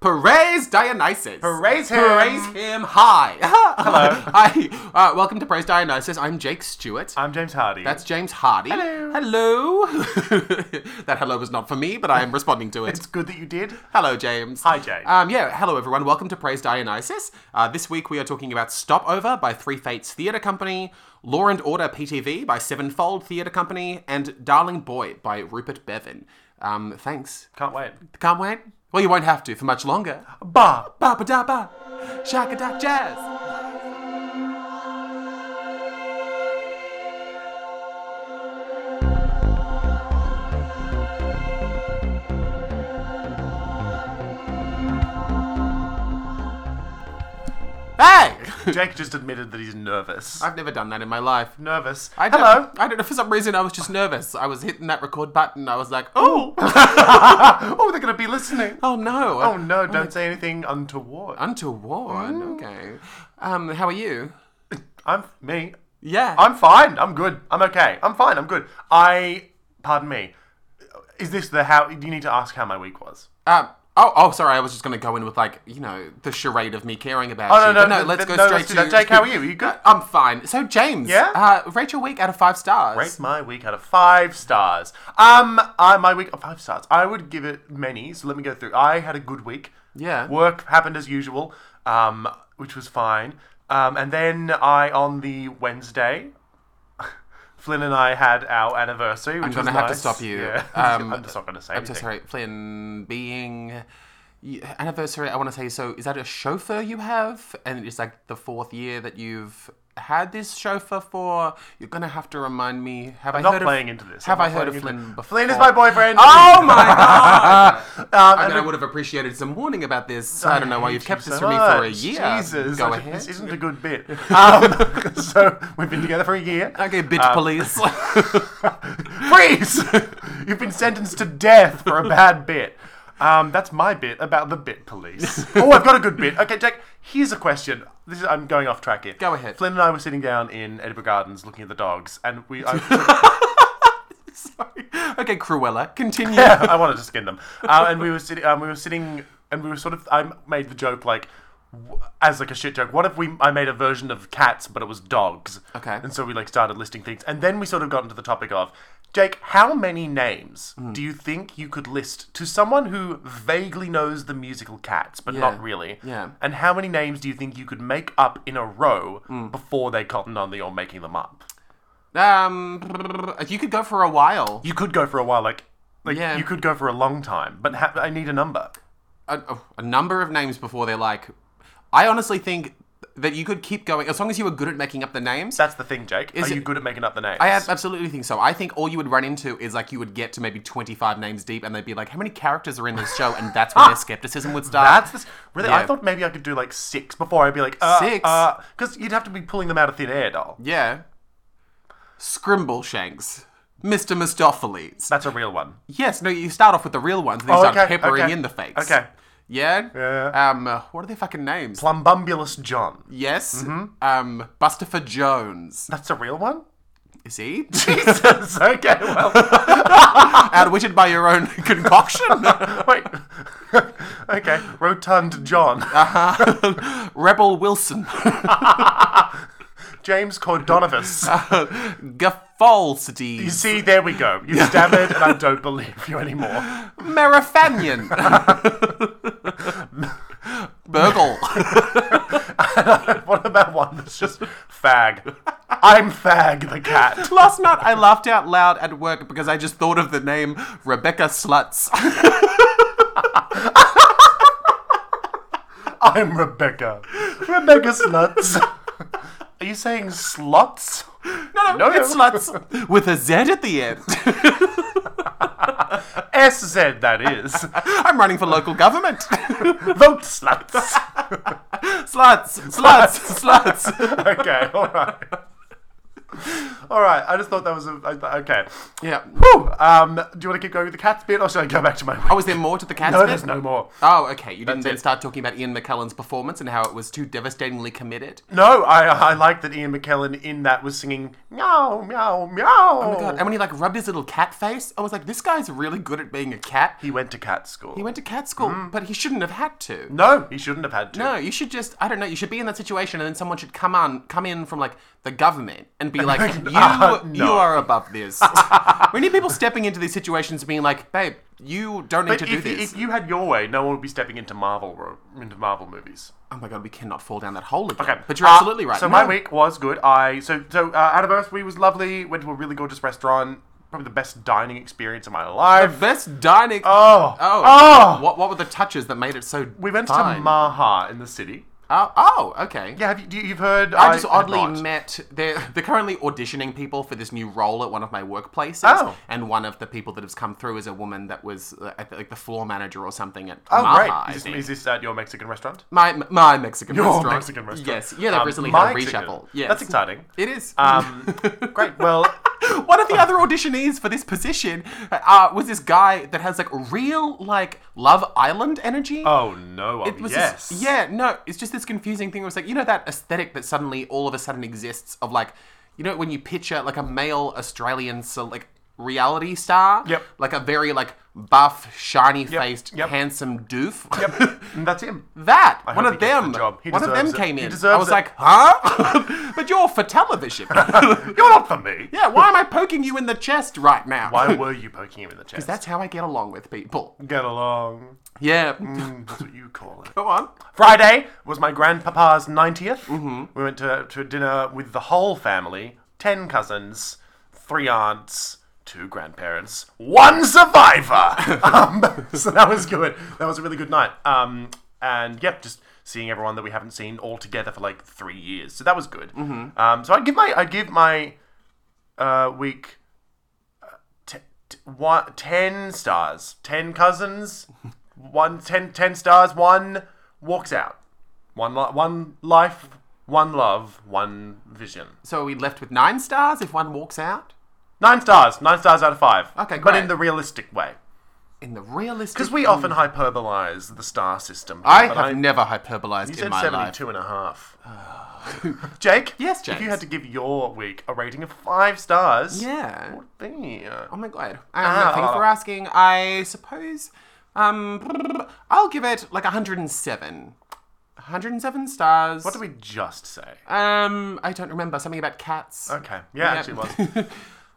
Praise Dionysus. Praise him. Praise him high. Hello. Hi. Uh, welcome to Praise Dionysus. I'm Jake Stewart. I'm James Hardy. That's James Hardy. Hello. Hello. that hello was not for me, but I am responding to it. it's good that you did. Hello, James. Hi, James. Um, yeah, hello, everyone. Welcome to Praise Dionysus. Uh, this week we are talking about Stopover by Three Fates Theatre Company, Law and Order PTV by Sevenfold Theatre Company, and Darling Boy by Rupert Bevan. Um, thanks. Can't wait. Can't wait? Well, you won't have to for much longer. Bah. Ba ba da ba. Shaka da jazz. Hey! Jake just admitted that he's nervous. I've never done that in my life. nervous. I don't- Hello. I don't know. For some reason, I was just nervous. I was hitting that record button. I was like, oh, oh, they're gonna be listening. oh no. Oh no! Don't say anything untoward. Untoward. Okay. Um, how are you? I'm me. Yeah. I'm fine. I'm good. I'm okay. I'm fine. I'm good. I. Pardon me. Is this the how? You need to ask how my week was. Um, oh, oh, sorry. I was just going to go in with like you know the charade of me caring about Oh, no, you. but no, no. th- let's th- go no, straight let's do to that. Jake, how are you? You good? I'm fine. So James, Yeah? uh, rate your week out of five stars. Rate my week out of five stars. Um, I my week of five stars. I would give it many. So let me go through. I had a good week. Yeah. Work happened as usual. Um, which was fine. Um, and then I on the Wednesday. Flynn and I had our anniversary. Which I'm gonna was have to nice. stop you. Yeah. Um, I'm just not going to say I'm so anything. sorry, Flynn. Being y- anniversary, I want to say. So is that a chauffeur you have? And it's like the fourth year that you've had this chauffeur for. You're gonna have to remind me. Have i Not heard playing of, into this. Have I'm I not heard of playing into- Flynn before? Flynn is my boyfriend. Oh my god! Um, I and mean, I we- would have appreciated some warning about this. I don't know why hate you've kept you this so from me for a much. year. Jesus, Go I- This ahead. isn't a good bit. Um, so we've been together for a year. Okay, bitch Uh, police. Freeze! You've been sentenced to death for a bad bit. Um, that's my bit about the bit police. oh, I've got a good bit. Okay, Jack. Here's a question. This is I'm going off track here. Go ahead. Flynn and I were sitting down in Edinburgh Gardens looking at the dogs, and we. I, Sorry. Okay, Cruella, continue. I wanted to skin them. Um, and we were sitting. Um, we were sitting, and we were sort of. I made the joke like, w- as like a shit joke. What if we? I made a version of cats, but it was dogs. Okay. And so we like started listing things, and then we sort of got into the topic of. Jake, how many names Hmm. do you think you could list to someone who vaguely knows the musical Cats, but Yeah. not really? Yeah. And how many names do you think you could make up in a row Hmm. before they cotton on that you're making them up? Um, you could go for a while. You could go for a while, like, like Yeah. you could go for a long time, but ha- I need a number. a, a number of names before they're like. I honestly think that you could keep going as long as you were good at making up the names. That's the thing, Jake. Are it- you good at making up the names? I ab- absolutely think so. I think all you would run into is like you would get to maybe 25 names deep and they'd be like, how many characters are in this show? And that's where their skepticism would start. That's this, really. Yeah. I thought maybe I could do like six before I'd be like uh, Six? because you'd have to be pulling them out of thin air, doll. Yeah. Scrimbleshanks. Mr. Mistopheles. That's a real one. Yes, no, you start off with the real ones and then you Oh, start okay, peppering okay, in the fakes. okay. Yeah? Yeah. Um, uh, what are their fucking names? Plumbambulous John. yes. Mm-hmm. Um, Busterford Jones. That's a real one. Is he? Jesus. Okay. Well. Outwitted by your own concoction? wait. okay. Rotund John. Uh-huh. Rebel Wilson. James Cordonovus. Gaffalsity. you see, there we go. You stammered, and I don't believe you anymore. Merifanian. Burgle. what about one that's just fag? I'm fag the cat. Last night I laughed out loud at work because I just thought of the name Rebecca Sluts. I'm Rebecca. Rebecca Sluts. Are you saying sluts? No, no, No, it's no. Sluts with a Z at the end. SZ, that is. I'm running for local government. Vote sluts. sluts, sluts, sluts. okay, alright. All right, I just thought that was a, I- okay. Yeah. Whew. Um, do you want to keep going with the cats bit, or should I go back to my? Oh, is there more to the cats no, bit? there's no more. Oh, okay. You didn't That's then it. start talking about Ian McKellen's performance and how it was too devastatingly committed. No, I I like that Ian McKellen in that was singing meow meow meow. Oh my god. And when he like rubbed his little cat face, I was like, this guy's really good at being a cat. he went to cat school. He went to cat school, Mm. but he shouldn't have had to. no, he shouldn't have had to. No, you should just I don't know, you should be in that situation and then someone should come on come in from like the government and be like, You Uh, no. you are above this. we need people stepping into these situations and being like, babe, you don't need But to do if, this. if you had your way, no one would be stepping into Marvel ro- into Marvel movies. oh my god, we cannot fall down that hole again. Okay, But you're uh, absolutely right. So No. my week was good. I so so uh, out of Earth, we was lovely. Went to a really gorgeous restaurant. Probably the best dining experience of my life. best dining Oh, Oh. Oh. What what were the touches that made it so We went to fine? Maha in the city. Oh, oh, okay. Yeah, have you, do you- you've heard? I just have oddly not. met they're they're currently auditioning people for this new role at one of my workplaces, Oh. and one of the people that has come through is a woman that was uh, at the, like the floor manager or something at Oh, Maha, great. I Is this, think. is this at your Mexican restaurant? my my Mexican Your restaurant. Mexican restaurant. Yes, yeah, they've Um, recently my had a chicken. reshuffle. Yes, That's exciting. It is. Um, great. Well, One of the other auditionees for this position uh, was this guy that has like real like Love Island energy. oh no. It was yes. this- yeah, no, it's just this confusing thing. Where it's like you know that aesthetic that suddenly all of a sudden exists of like you know when you picture like a male Australian so like reality star, Yep. like a very like buff, shiny faced, yep. handsome doof. Yep. And that's him. That one hope of he gets them, the job. He one of them deserves it. came He in. I deserves was it. like, huh? but you're for television. You're not for me. yeah, why am I poking you in the chest right now? Why were you poking him in the chest? That's how I get along with people. Get along. Yeah, Mm, That's what you call it. go on. Friday was my grandpapa's 90th. We went to, to dinner with the whole family 10 cousins, three aunts, two grandparents, one survivor. um, so that was good. That was a really good night. Um, and yep, just seeing everyone that we haven't seen all together for like three years. So that was good. Um, so I'd give my, I'd give my uh, week t- t- one, 10 stars. 10 cousins, one, 10, 10 stars, one walks out. One, li- one life, one love, one vision. So are we left with nine stars if one walks out? Nine stars, nine stars out of five. Okay, But great. in the realistic way. In the realistic Because we often hyperbolize the star system. here, I but have never hyperbolized you in said my life. 72 and a half. Jake? Yes, If you James. had to give your week a rating of five stars, uh, Yeah. what would it be? Oh my god. Um, Ah, Thank you for asking. I suppose um, I'll give it like 107. 107 stars. What did we just say? um, I don't remember something about cats. Okay. Yeah, actually it was.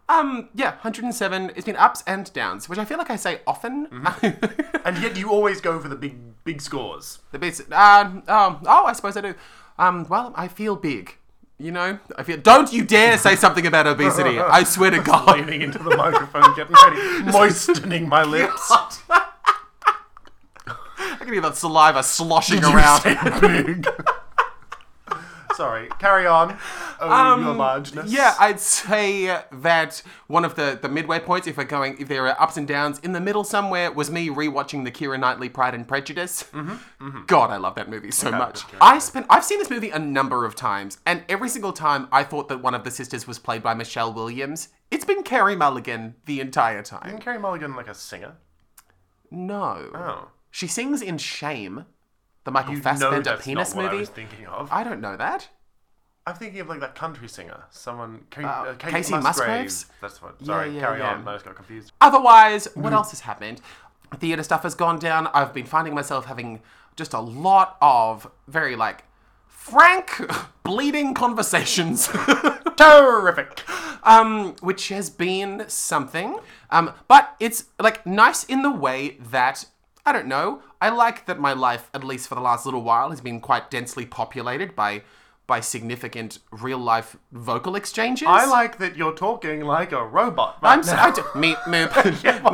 Um, yeah, 107. It's been ups and downs, which I feel like I say often. And yet you always go for the big big scores. the bits. Um, um, oh, I suppose I do. Um, well, I feel big. You know, I feel. Don't you dare say something about obesity. I swear to God. Leaning into the microphone, getting ready, moistening my lips. I can hear that saliva sloshing You around. say big. Sorry, carry on. Oh, your largeness. Um, Yeah, I'd say that one of the, the midway points, if we're going, if there are ups and downs in the middle somewhere, was me rewatching the Kira Knightley Pride and Prejudice. Mm-hmm, God, I love that movie so much. I spent, I've seen this movie a number of times, and every single time I thought that one of the sisters was played by Michelle Williams. It's been Carrie Mulligan the entire time. Isn't Carrie Mulligan like a singer? No, Oh. she sings in Shame, the Michael no, Fassbender that's penis not what I movie. was thinking of. I don't know that. I'm thinking of like that country singer. Someone. Kate, uh, Kate Casey Musgraves? That's what. Sorry, yeah, carry yeah. on. I just got confused. Otherwise, what else has happened? Theatre stuff has gone down. I've been finding myself having just a lot of very like frank, bleeding conversations. Terrific. um, which has been something. Um, but it's like nice in the way that I don't know. I like that my life, at least for the last little while, has been quite densely populated by by significant real life vocal exchanges. I like that you're talking like a robot. Right I'm so, I d- me me, well,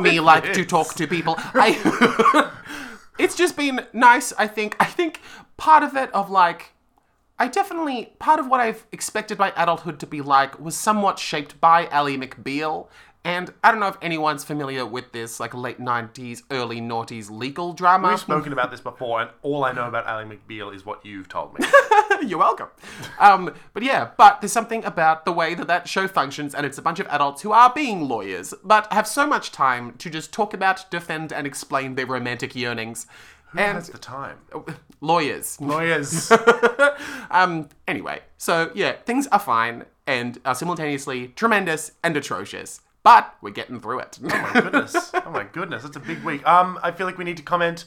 me it like to is. talk to people. I, it's just been nice. I think. I think part of it of like, I definitely part of what I've expected my adulthood to be like was somewhat shaped by Ally McBeal. And I don't know if anyone's familiar with this like late '90s, early noughties legal drama. We've spoken about this before, and all I know about Ally McBeal is what you've told me. You're welcome. Um, but yeah, but there's something about the way that that show functions, and it's a bunch of adults who are being lawyers, but have so much time to just talk about, defend, and explain their romantic yearnings. and That's the time. Oh, Oh, lawyers. Lawyers. Um, anyway, so yeah, things are fine and are simultaneously tremendous and atrocious, but we're getting through it. goodness. Oh my goodness. That's a big week. Um, I feel like we need to comment.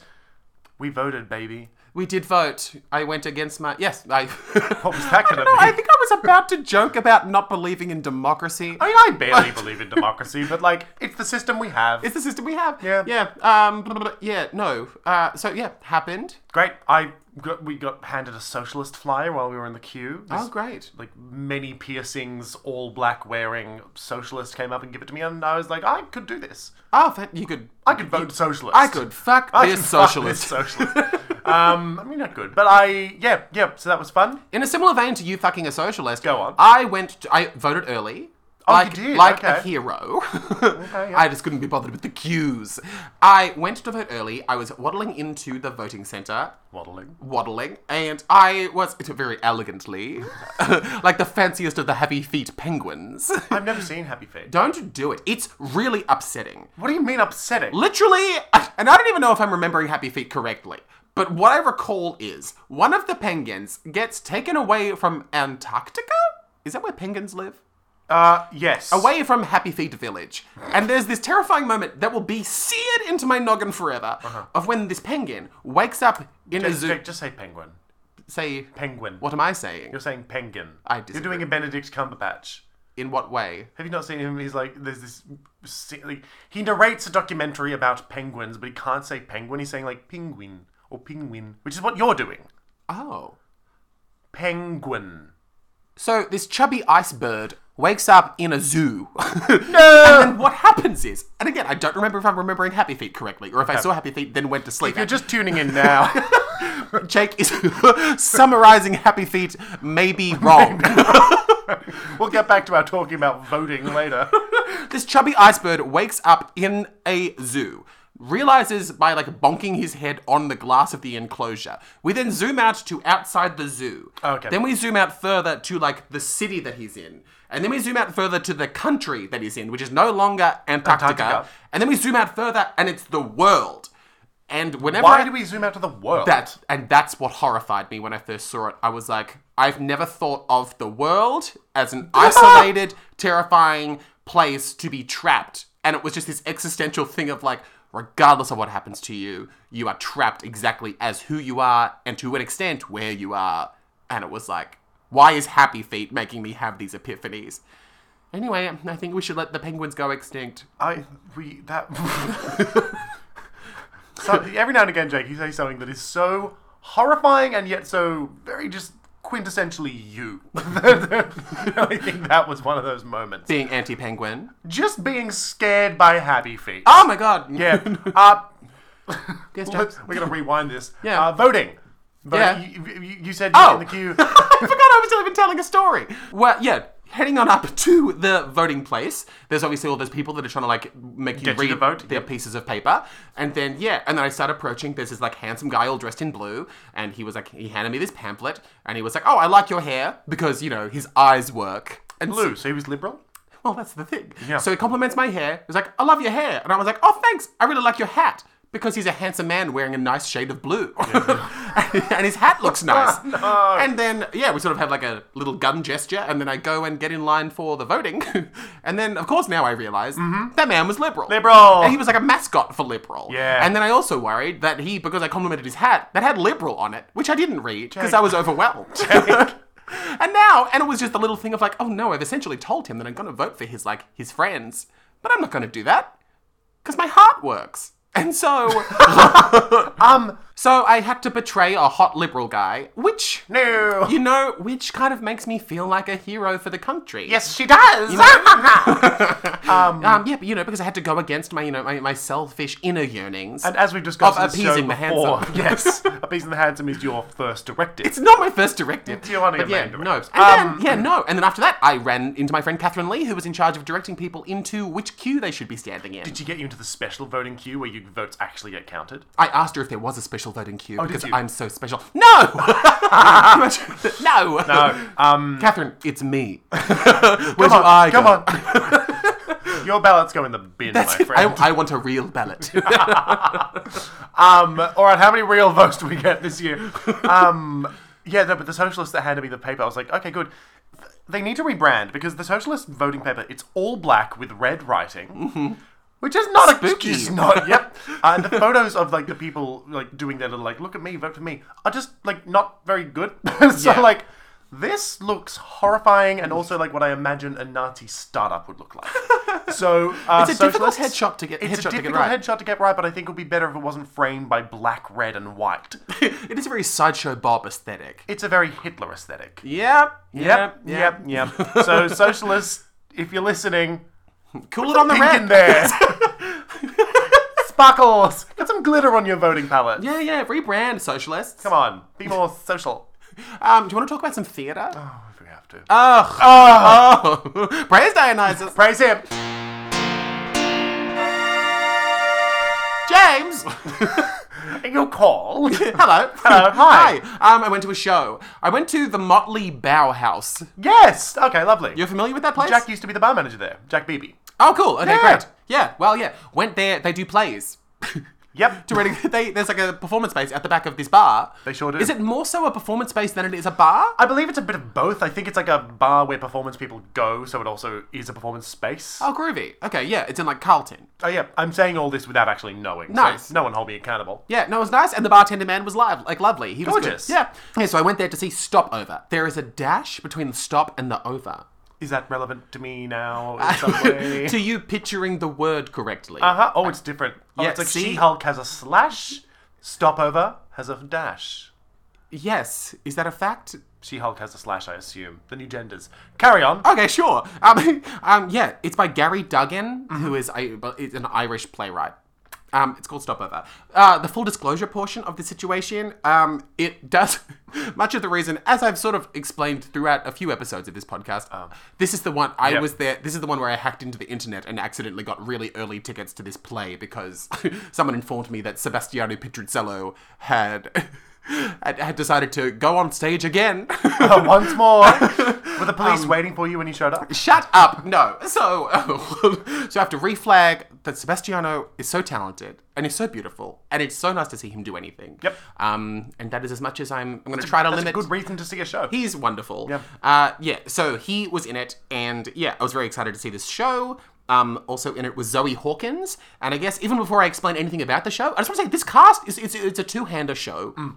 We voted, baby. we did vote. I went against my yes. I. What was that gonna I don't know, I be? think I was about to joke about not believing in democracy. I mean, I barely believe in democracy, but like, it's the system we have. It's the system we have. Yeah. Yeah. Um. blah, blah, blah, Yeah. No. Uh. So yeah, happened. Great. I got, we got handed a socialist flyer while we were in the queue. This, Oh, great. Like many piercings, all black wearing socialist came up and give it to me, and I was like, I could do this. Oh, that you could. I could vote socialist. I could fuck I this could fuck socialist. this socialist. um, I mean, not good, but I yeah yeah. So that was fun. In a similar vein to you fucking a socialist, Go on. Oh, I went. To, I voted early. you like, did? Like a Okay. hero. yeah. I just couldn't be bothered with the queues. I went to vote early. I was waddling into the voting centre, Waddling. waddling, and I was it's very elegantly, like the fanciest of the heavy feet penguins. I've never seen Happy Feet. Don't do it. It's really upsetting. What do you mean upsetting? Literally, and I don't even know if I'm remembering Happy Feet correctly, but what I recall is one of the penguins gets taken away from Antarctica? Is that where penguins live? Uh, yes. Away from Happy Feet Village. And there's this terrifying moment that will be seared into my noggin forever of when this penguin wakes up in a Uh-huh. Just, zoo. just, just say penguin. Say, Penguin. what am I saying? You're saying penguin. I You're doing a Benedict Cumberbatch. In what way? Have you not seen him? He's like, there's this. se- Like, he narrates a documentary about penguins, but he can't say penguin. He's saying like penguin or penguin, which is what you're doing. Oh. Penguin. So this chubby ice bird wakes up in a zoo. No. and then what happens is, and again, I don't remember if I'm remembering Happy Feet correctly, or if I saw Happy Feet then went to sleep. You're just tuning in now. Jake is summarizing Happy Feet maybe wrong. we'll get back to our talking about voting later. this chubby ice bird wakes up in a zoo. Realizes by like bonking his head on the glass of the enclosure. We then zoom out to outside the zoo. Okay. Then we zoom out further to like the city that he's in. And then we zoom out further to the country that he's in, which is no longer Antarctica. Antarctica. And then we zoom out further and it's the world. And whenever Why I- do we zoom out to the world? that and that's what horrified me when I first saw it. I was like, I've never thought of the world as an isolated, terrifying place to be trapped. And it was just this existential thing of like, regardless of what happens to you, you are trapped exactly as who you are and to an extent where you are. And it was like, why is Happy Feet making me have these epiphanies? Anyway, I think we should let the penguins go extinct. I we that. so, every now and again, Jake, you say something that is so horrifying and yet so very just quintessentially you. I think that was one of those moments. Being anti penguin. Just being scared by happy feet. Oh my god! Yeah. Uh, Yes, Jack. let's- we're gonna rewind this. Yeah. Uh, voting. Voting. Yeah. Oh! You, you, you said you were in the queue. I forgot I was even telling a story. Well, yeah. Heading on up to the voting place, there's obviously all those people that are trying to like make you Get you read to vote, their pieces of paper, and then yeah, and then I start approaching. There's this like handsome guy all dressed in blue, and he was like, he handed me this pamphlet, and he was like, oh, I like your hair because you know his eyes work. And so- Blue. So he was liberal. well, that's the thing. Yeah. So he compliments my hair. He's like, I love your hair. And I was like, oh, thanks. I really like your hat. Because he's a handsome man wearing a nice shade of blue. and his hat looks Oh, nice. And then, yeah, we sort of have like a little gun gesture. And then I go and get in line for the voting. and then, of course, now I realize that man was liberal. Mm-hmm. Liberal. And he was like a mascot for liberal. Yeah. And then I also worried that he, because I complimented his hat, that had liberal on it, which I didn't read because I was overwhelmed. and now, and it was just the little thing of like, oh no, I've essentially told him that I'm going to vote for his like his friends, but I'm not going to do that because my heart works. And so, Um. so I had to betray a hot liberal guy, which No. you know, which kind of makes me feel like a hero for the country. yes, she does. um. Um, yeah, but you know, because I had to go against my, you know, my, my selfish inner yearnings. And as we discussed Of in the show appeasing the before, handsome. yes, appeasing the handsome is your first directive. It's not my first directive. It's your one of But your yeah, main no. directives. And then, Um, yeah, no. And then after that, I ran into my friend Catherine Lee, who was in charge of directing people into which queue they should be standing in. Did she get you into the special voting queue where your votes actually get counted? I asked her if there was a special special voting queue because Oh, you? I'm so special. No! no! No, um, Catherine, it's me. Where do come on, I come go? on. Your ballots go in the bin, my friend. I, I want a real ballot. Um, all right, how many real votes do we get this year? Um, yeah, no, but the socialists that handed me the paper, I was like, okay, good. Th- They need to rebrand because the socialist voting paper, it's all black with red writing. Which is not a Spooky. It's not. Yep. Uh, and the photos of like the people like doing their little like look at me, vote for me are just like not very good. so Yeah. like this looks horrifying and also like what I imagine a Nazi startup would look like. So uh, It's a difficult socialists- headshot to get- It's headshot a to get difficult right. headshot to get right, but I think it would be better if it wasn't framed by black, red, and white. it is a very sideshow Bob aesthetic. It's a very Hitler aesthetic. Yep. Yep. yep, yep. yep. so socialists, if you're listening, Cool it on the pink in red. there. Sparkles. Get some glitter on your voting palette. Yeah, yeah. Rebrand socialists. Come on, be more social. Um, do you want to talk about some theatre? Oh, if we have to. Ugh. oh. Praise Dionysus. Praise him. James. You call. Hello. Hello, Hi. hi. Um, I went to a show. I went to the Motley Bauhaus. yes. Okay, lovely. You're familiar with that place? Jack used to be the bar manager there. Jack Beebe. oh, cool. Okay, Yeah. great. Yeah. Well, yeah. Went there. They do plays. Yep. to ready, they, there's like a performance space at the back of this bar. They sure do. Is it more so a performance space than it is a bar? I believe it's a bit of both. I think it's like a bar where performance people go, so it also is a performance space. Oh, groovy. Okay, yeah. It's in like Carlton. Oh yeah, I'm saying all this without actually knowing. so Nice. no one hold me accountable. Yeah, no, it was nice, and the bartender man was live, like lovely. He was good. Gorgeous. Yeah. Okay, so I went there to see Stopover. There is a dash between the stop and the over. Is that relevant to me now in some way? to you picturing the word correctly. uh huh. Oh, it's different. Oh, Yeah, it's like see? She-Hulk has a slash. Stopover has a dash. Yes, is that a fact? She-Hulk has a slash, I assume. The new genders. Carry on. Okay, sure. Um, um, yeah, it's by Gary Duggan, who is a, but is an Irish playwright. Um, it's called Stopover. Uh, the full disclosure portion of the situation, um, it does much of the reason, as I've sort of explained throughout a few episodes of this podcast. um, this is the one I Yep. was there. This is the one where I hacked into the internet and accidentally got really early tickets to this play because someone informed me that Sebastiano Pitruzzello had had, had decided to go on stage again. Oh, Once more. Were the police Um, waiting for you when you showed up? Shut up! No. So, so I have to reflag that Sebastiano is so talented and he's so beautiful, and it's so nice to see him do anything. Yep. Um, and that is as much as I'm. I'm going to try to That's limit. a good reason to see a show. He's wonderful. Yeah. Uh, yeah. So he was in it, and yeah, I was very excited to see this show. Um, also in it was Zoe Hawkins, and I guess even before I explain anything about the show, I just want to say this cast is it's, it's a two-hander show, Mm.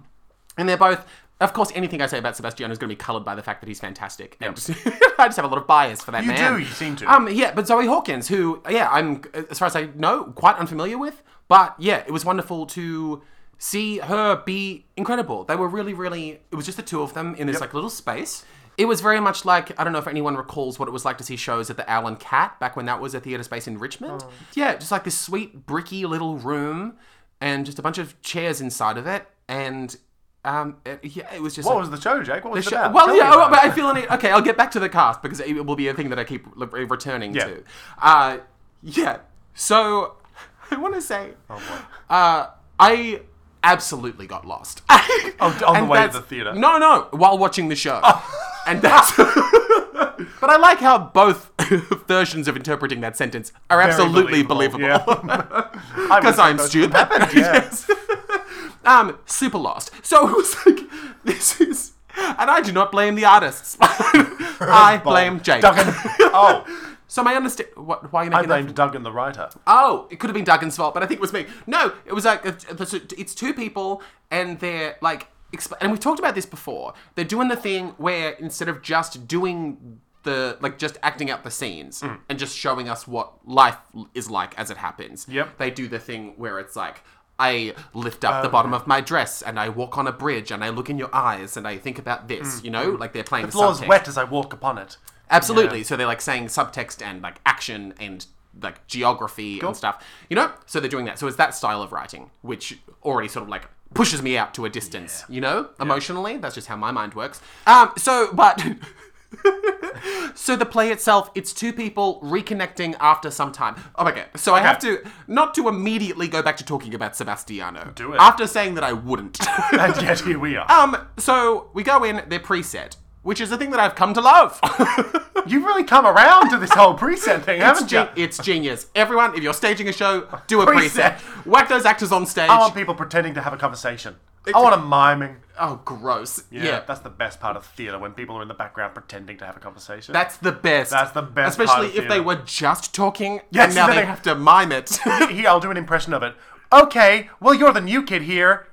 and they're both. Of course, anything I say about Sebastiano is going to be coloured by the fact that he's fantastic. And I just have a lot of bias for that You man. do, you seem to. Um, yeah, but Zoe Hawkins, who, yeah, I'm, as far as I know, quite unfamiliar with. But yeah, it was wonderful to see her be incredible. They were really, really, it was just the two of them in this, like, little space. It was very much like, I don't know if anyone recalls what it was like to see shows at the Owl and Cat back when that was a theatre space in Richmond. Yeah, just like this sweet, bricky little room and just a bunch of chairs inside of it. And, um, it, yeah, it was just. What like- was the show, Jake? What was it Sh- about? Tell Well, me yeah, about oh, but it. I feel any. Okay, I'll get back to the cast because it will be a thing that I keep l- re- returning Yeah. to. Uh, yeah. So I want to say, Oh, uh, I absolutely got lost. Oh, on the And way to that's- the Oh. theatre. No, no, while watching the show, and that's. but I like how both versions of interpreting that sentence are absolutely believable I was because so I'm close. stupid. yeah. Yes. um, super lost. So it was like, this is, and I do not blame the artists. I blame Jake. Duggan. Oh, So my understand. What? Why are you I making that? blamed Duggan the writer. Oh, it could have been Duggan's fault, but I think it was me. No, it was like it's it's two people, and they're like, expl- and we talked about this before. They're doing the thing where instead of just doing the like just acting out the scenes Mm. and just showing us what life is like as it happens. Yep. Oh, They do the thing where it's like. I lift up the bottom of my dress and I walk on a bridge and I look in your eyes and I think about this, you know, like they're playing the Mm. Floor's subtext. wet as I walk upon it. Absolutely. So they're like saying subtext and like action and like geography and stuff. You know? So they're doing that. So it's that style of writing, which already sort of like pushes me out to a distance, you know? Emotionally. That's just how my mind works. Um, so but So the play itself, it's two people reconnecting after some time. Oh, okay. So I have to not to immediately go back to talking about Sebastiano. Do it. after saying that I wouldn't. and yet here we are. um. So we go in. They're preset, which is the thing that I've come to love. You've really come around to this whole preset thing, It's, haven't you? gen- it's genius. Everyone, if you're staging a show, do a preset. Preset. Oh, Whack those actors on stage. I want people pretending to have a conversation. I want a miming. oh, gross. Yeah. that's the best part of theatre when people are in the background pretending to have a conversation. That's the best. That's the best part Especially of if they theatre. were just talking Yes, and now then they they- have to mime it. Here, I'll do an impression of it. Okay, well, you're the new kid here.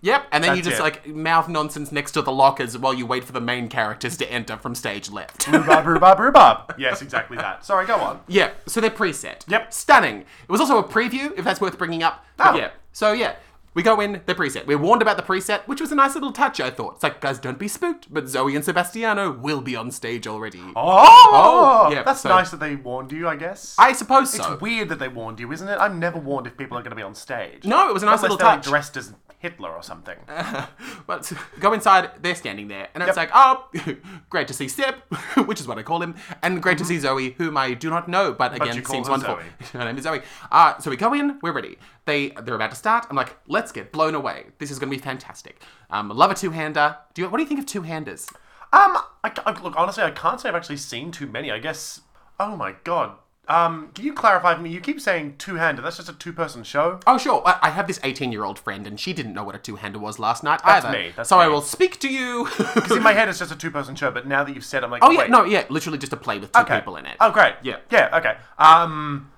yep. And then you That's just it. like mouth nonsense next to the lockers while you wait for the main characters to enter from stage left. Rhubarb, rhubarb, rhubarb. Yes, exactly that. Sorry, go on. yeah. So they're preset. Yep. Stunning. It was also a preview, if that's worth bringing up. But Oh. Yeah. So yeah. We go in, they're preset. We're warned about the preset, which was a nice little touch, I thought. It's like, guys, don't be spooked, but Zoe and Sebastiano will be on stage already. Oh, yeah, that's so- nice that they warned you, I guess. I suppose so. It's weird that they warned you, isn't it? I'm never warned if people are going to be on stage. No, it was a nice Unless little they're, like, touch. dressed as Hitler or something. But go inside, they're standing there, and it's like, Yep. oh, great to see Sip, which is what I call him, and great to see Zoe, whom I do not know, but again, Mm-hmm. you call seems her wonderful. Zoe. Her name is Zoe. Uh, so we go in, we're ready. They they're about to start. I'm like, let's get blown away. This is going to be fantastic. Um, love a two-hander. Do you? What do you think of two-handers? Um, I, ca- I- look, honestly, I can't say I've actually seen too many. I guess. Oh my god. Um, can you clarify for me? You keep saying two-handed. That's just a two-person show. Oh, sure. I I have this 18-year-old friend, and she didn't know what a two-hander was last night either. me, that's so I me. will speak to you. Because in my head, it's just a two-person show. But now that you've said, it, I'm like, oh yeah, wait, no, yeah, literally just a play with two people in it. Oh great. Yeah. Yeah. Okay. Um,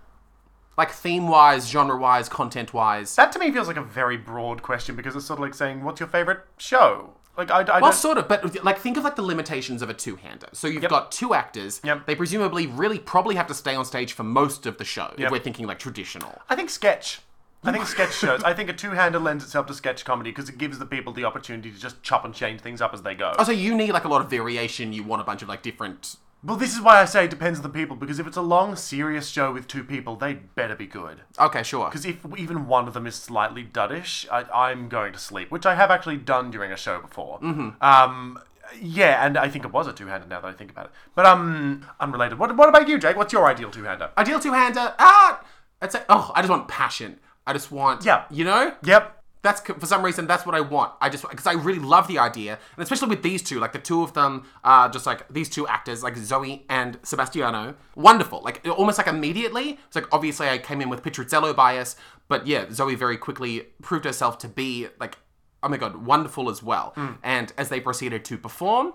Like theme-wise, genre-wise, content-wise. that to me feels like a very broad question because it's sort of like saying, "What's your favorite show?" Like I, I Well, don't. sort of, but like think of like the limitations of a two-hander. So you've got two actors. Yep. They presumably really probably have to stay on stage for most of the show. If Yep. we're thinking like traditional. I think sketch. I think sketch shows. I think a two-hander lends itself to sketch comedy because it gives the people the opportunity to just chop and change things up as they go. Oh, So you need like a lot of variation. You want a bunch of like different. Well, this is why I say it depends on the people because if it's a long, serious show with two people, they better be good. Okay, sure. Because if even one of them is slightly duddish, I, I'm going to sleep, which I have actually done during a show before. Um, yeah, and I think it was a two-hander now that I think about it. But um, unrelated. What, what about you, Jake? What's your ideal two-hander? Ideal two-hander. Ah, I'd say. Oh, I just want passion. I just want. Yeah. You know. Yep. That's for some reason that's what I want. I just because I really love the idea, and especially with these two, like the two of them are just like these two actors, like Zoe and Sebastiano. Wonderful, like almost like immediately. It's like obviously I came in with Pitrizzello bias, but yeah, Zoe very quickly proved herself to be like, oh my god, wonderful as well. Mm. And as they proceeded to perform,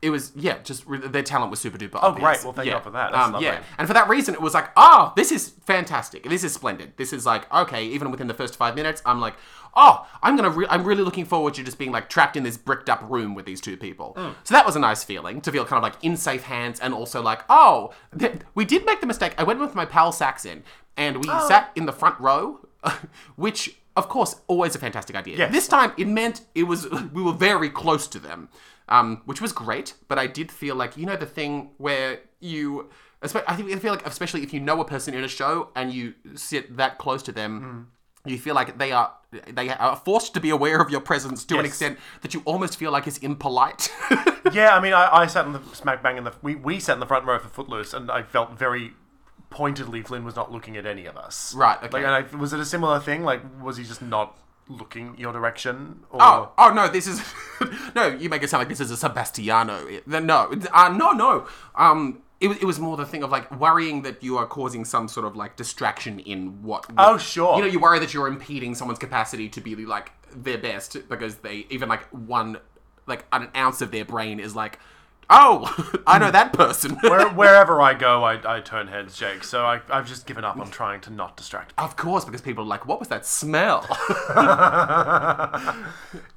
it was yeah, just re- their talent was super duper. Oh great. Well, thank God for that. That's um, yeah, lovely. and for that reason, it was like, oh, this is fantastic. This is splendid. This is like okay. Even within the first five minutes, I'm like, oh, I'm gonna. Re- I'm really looking forward to just being like trapped in this bricked up room with these two people. So that was a nice feeling to feel kind of like in safe hands, and also like, oh, th- we did make the mistake. I went with my pal Saxon, and we sat in the front row, which. Of course, always a fantastic idea. Yes. This time it meant it was we were very close to them, um, which was great. But I did feel like you know the thing where you, espe- I think I feel like especially if you know a person in a show and you sit that close to them, you feel like they are they are forced to be aware of your presence to an Yes. extent that you almost feel like it's impolite. yeah, I mean, I, I sat in the smack bang in the we, we sat in the front row for Footloose, and I felt very pointedly Flynn was not looking at any of us. Right, okay. Like, and I, was it a similar thing? Like, was he just not looking your direction? Or... Oh, oh no, this is no. You make it sound like this is a Sebastiano. It- then No, it's- uh, no, no. Um, it, was- it was more the thing of like worrying that you are causing some sort of like distraction in what. Oh, sure. You know, you worry that you're impeding someone's capacity to be like their best because they even like one like an ounce of their brain is like, oh, I know that person. Where, wherever I go, I, I turn heads, Jake. So I, I've just given up on trying to not distract. people. Of course, because people are like, "What was that smell?" Yeah.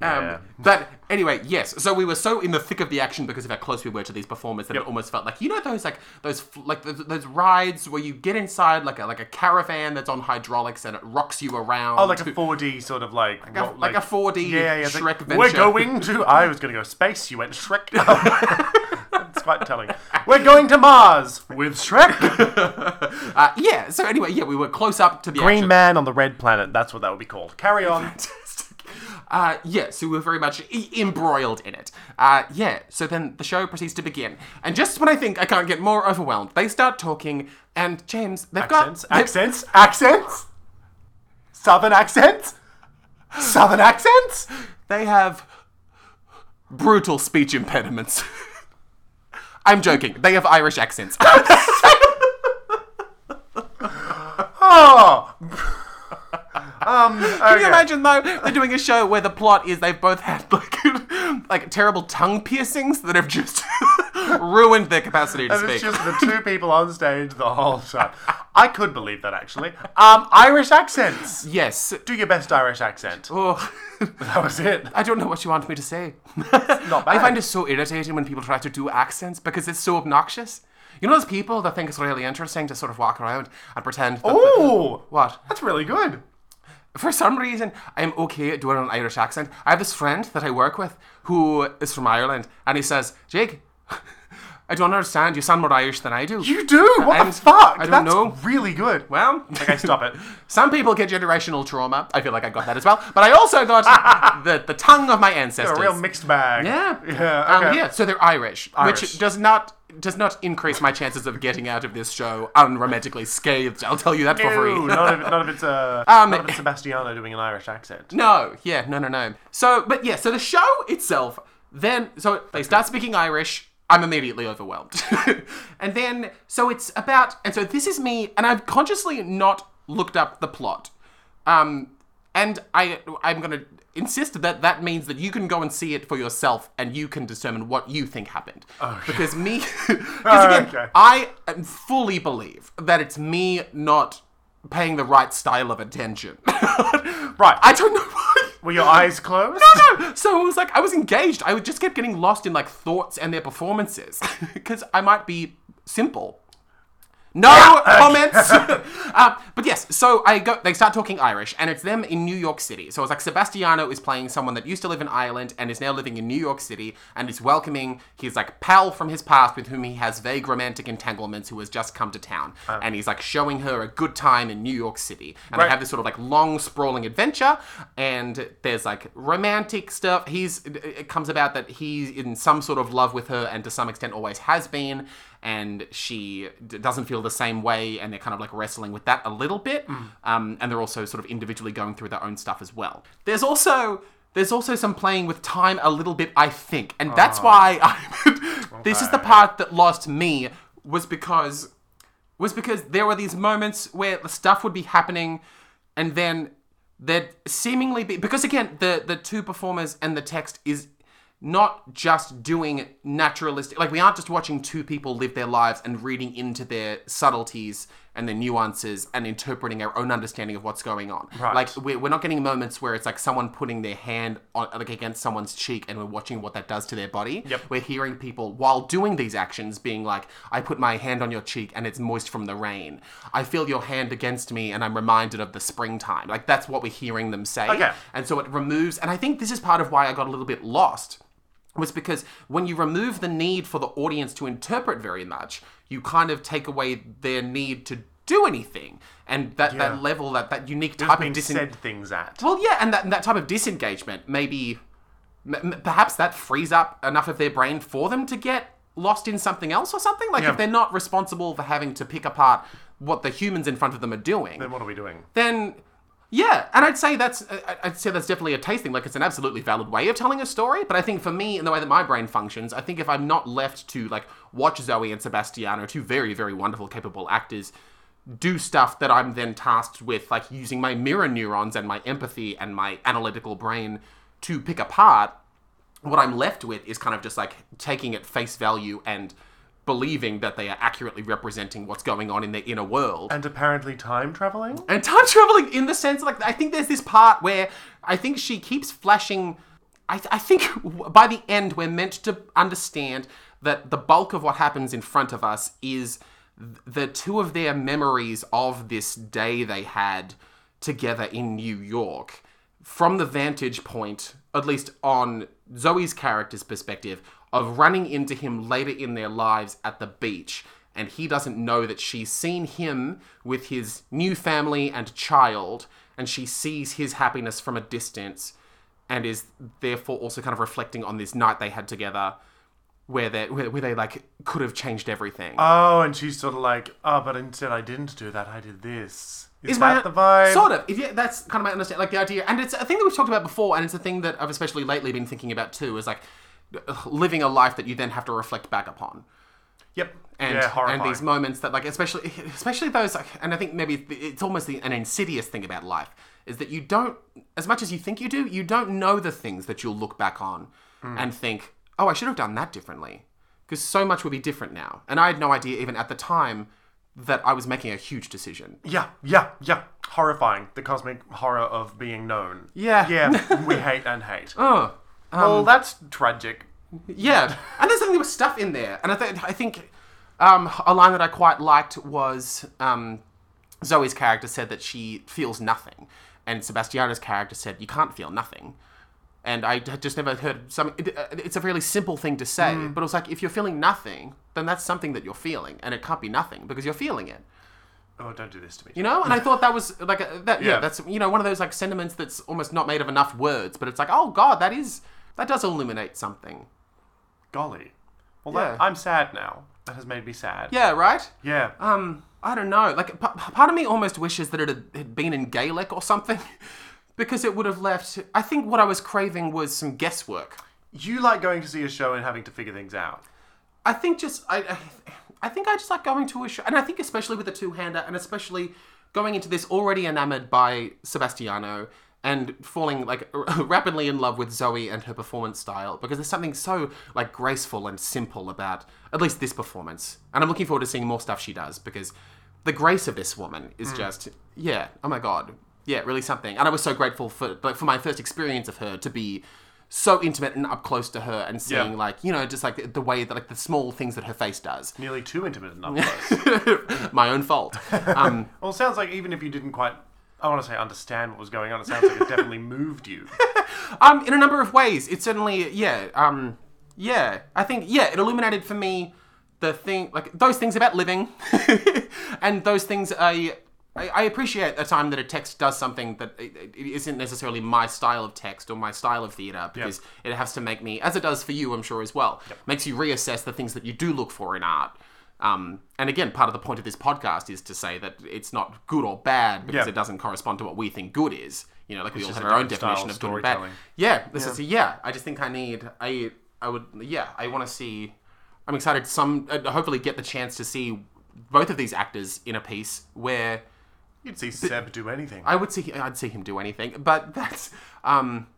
Um, but anyway, yes. So we were so in the thick of the action because of how close we were to these performers that it almost felt like you know those like those fl- like those, those rides where you get inside like a like a caravan that's on hydraulics and it rocks you around. Oh, like a 4D sort of like a- what, like a 4D it's Shrek like, We're venture." going to. I was going to go space. You went Shrek. It's quite telling. We're going to Mars with Shrek. uh, yeah. So anyway, yeah, we were close up to the Green action. Man on the Red Planet. That's what that would be called. Carry on. Uh, yeah, so we were very much e- embroiled in it. Uh, yeah, so then the show proceeds to begin. And just when I think I can't get more overwhelmed, they start talking, and James, they've Accents, got. they've- accents, accents. Southern accents. Southern accents. They have brutal speech impediments. I'm joking. They have Irish accents. Oh. um. Can okay. you imagine though? They're doing a show where the plot is they've both had like like terrible tongue piercings that have just ruined their capacity to It's speak. just the two people on stage the whole time. I could believe that actually. Um, Irish accents. Yes. Do your best Irish accent. Oh, That was it. I don't know what you want me to say. Not I bad. find it so irritating when people try to do accents because it's so obnoxious. You know those people that think it's really interesting to sort of walk around and pretend. That Oh. Ooh, What? that's really good. For some reason, I'm okay at doing an Irish accent. I have this friend that I work with who is from Ireland, and he says, Jake, I don't understand. You sound more Irish than I do. You do. What I'm- the fuck? I don't that's know. Really good. well, Okay, stop it. some people get generational trauma. I feel like I got that as well. But I also got the, the tongue of my ancestors. A real mixed bag. yeah. Yeah. Okay. Um, yeah, so they're Irish, Irish. which does not does not increase my chances of getting out of this show unromantically scathed. I'll tell you that for free. Ew, not if, not if it's a Um, not if it's Sebastiano doing an Irish accent. No, yeah, no, no, no. So, but yeah, so the show itself, then, so they start speaking Irish. I'm immediately overwhelmed. and then, so it's about, and so this is me, and I've consciously not looked up the plot. Um, and I, I'm gonna insist that that means that you can go and see it for yourself, and you can determine what you think happened. Because me, because again, Okay. I um, fully believe that it's me not paying the right style of attention. Right. I don't know why. Were your eyes closed? So it was like I was engaged. I would just kept getting lost in like thoughts and their performances because I might be simple. No comments. uh, but yes, so I go. They start talking Irish, and it's them in New York City. So it's like Sebastiano is playing someone that used to live in Ireland and is now living in New York City, and is welcoming his like pal from his past with whom he has vague romantic entanglements, who has just come to town, and he's like showing her a good time in New York City, and they Right. have this sort of like long sprawling adventure, and there's like romantic stuff. He's it- it comes about that he's in some sort of love with her, and to some extent always has been and she d- doesn't feel the same way, and they're kind of like wrestling with that a little bit. Um, and they're also sort of individually going through their own stuff as well. There's also there's also some playing with time a little bit, I think, and that's why I. this is the Okay. part that lost me was because was because there were these moments where the stuff would be happening, and then there'd seemingly be because again the the two performers and the text is not just doing naturalistic like we aren't just watching two people live their lives and reading into their subtleties and their nuances and interpreting our own understanding of what's going on Right. like we're, we're not getting moments where it's like someone putting their hand on like against someone's cheek and we're watching what that does to their body Yep. we're hearing people while doing these actions being like i put my hand on your cheek and it's moist from the rain i feel your hand against me and i'm reminded of the springtime like that's what we're hearing them say Okay. and so it removes and i think this is part of why i got a little bit lost was because when you remove the need for the audience to interpret very much you kind of take away their need to do anything and that, that Yeah. level that that unique I've type of been disen- said things at. well, yeah, and that, and that type of disengagement, maybe, m- m- perhaps that frees up enough of their brain for them to get lost in something else or something. Like Yeah. if they're not responsible for having to pick apart what the humans in front of them are doing, Then what are we doing? then yeah, and I'd say that's I- I'd say that's definitely a taste thing. Like it's an absolutely valid way of telling a story, but I think for me, in the way that my brain functions, I think if I'm not left to like watch Zoe and Sebastiano, two very very wonderful, capable actors, do stuff that I'm then tasked with, like using my mirror neurons and my empathy and my analytical brain to pick apart, what I'm left with is kind of just like taking at face value and believing that they are accurately representing what's going on in their inner world. And apparently time traveling. And time traveling in the sense, like, I think there's this part where I think she keeps flashing. I, I think by the end, we're meant to understand that the bulk of what happens in front of us is th- the two of their memories of this day they had together in New York from the vantage point, at least on Zoe's character's perspective, of running into him later in their lives at the beach. And he doesn't know that she's seen him with his new family and child, and she sees his happiness from a distance. and is therefore also kind of reflecting on this night they had together where they where, where they like could have changed everything. Oh, and she's sort of like, oh, but instead I didn't do that. I did this. Is, Is that the vibe? Sort of. If you, that's kind of my understanding. Like the idea, and it's a thing that we've talked about before, and it's a thing that I've especially lately been thinking about too. Is like ugh, living a life that you then have to reflect back upon, Yep. and yeah, horrifying. and these moments that like especially especially those. Like, and I think maybe it's- it's almost the, an insidious thing about life is that you don't, as much as you think you do, you don't know the things that you'll look back on Hmm. and think, oh, I should have done that differently, because so much would be different now. And I had no idea even at the time that I was making a huge decision. yeah, yeah, yeah. Horrifying. The cosmic horror of being known. Yeah. Yeah, we hate and hate. Oh. well, that's tragic. Yeah, and there's something with stuff in there, and I, th- I think um, a line that I quite liked was um, Zoe's character said that she feels nothing, and Sebastiana's character said you can't feel nothing, and I had just never heard some. It, uh, it's a really simple thing to say, but it was like if you're feeling nothing, then that's something that you're feeling, and it can't be nothing because you're feeling it, Oh, don't do this to me. you know. And I thought that was like a, that. Yeah. Yeah. that's you know one of those like sentiments that's almost not made of enough words, but it's like oh god, that is that does illuminate something. Golly. Well, Yeah. that, I'm sad now. That has made me sad. Yeah, right. Yeah. um, I don't know. Like, p- part of me almost wishes that it had, had been in Gaelic or something, because it would have left. I think what I was craving was some guesswork. You like going to see a show and having to figure things out. I think just I, I, I think I just like going to a show, and I think especially with a two-hander, and especially going into this already enamored by Sebastiano and falling like rapidly in love with Zoe and her performance style because there's something so like graceful and simple about at least this performance, and I'm looking forward to seeing more stuff she does because the grace of this woman is just yeah, oh my god, yeah, really something, and I was so grateful for like, for my first experience of her to be so intimate and up close to her and seeing Yeah. like you know just like the way that like the small things that her face does Nearly too intimate and up close. my own fault um well, it sounds like even if you didn't quite, I want to say understand what was going on, it sounds like it definitely moved you. um in a number of ways it certainly yeah um yeah i think yeah it illuminated for me the thing like those things about living and those things i I I appreciate a time that a text does something that i- i- it isn't necessarily my style of text or my style of theatre because it has to make me, as it does for you, I'm sure as well, makes you reassess the things that you do look for in art. Um, and again, part of the point of this podcast is to say that it's not good or bad because Yeah. it doesn't correspond to what we think good is. You know, like we all just have a our own different definition style of good and of bad. storytelling. Yeah, this is yeah. I just think I need. I I would yeah. I want to see. I'm excited. to Some uh, hopefully get the chance to see both of these actors in a piece where You'd see Seb do anything. I would see I'd see him do anything. But that's um,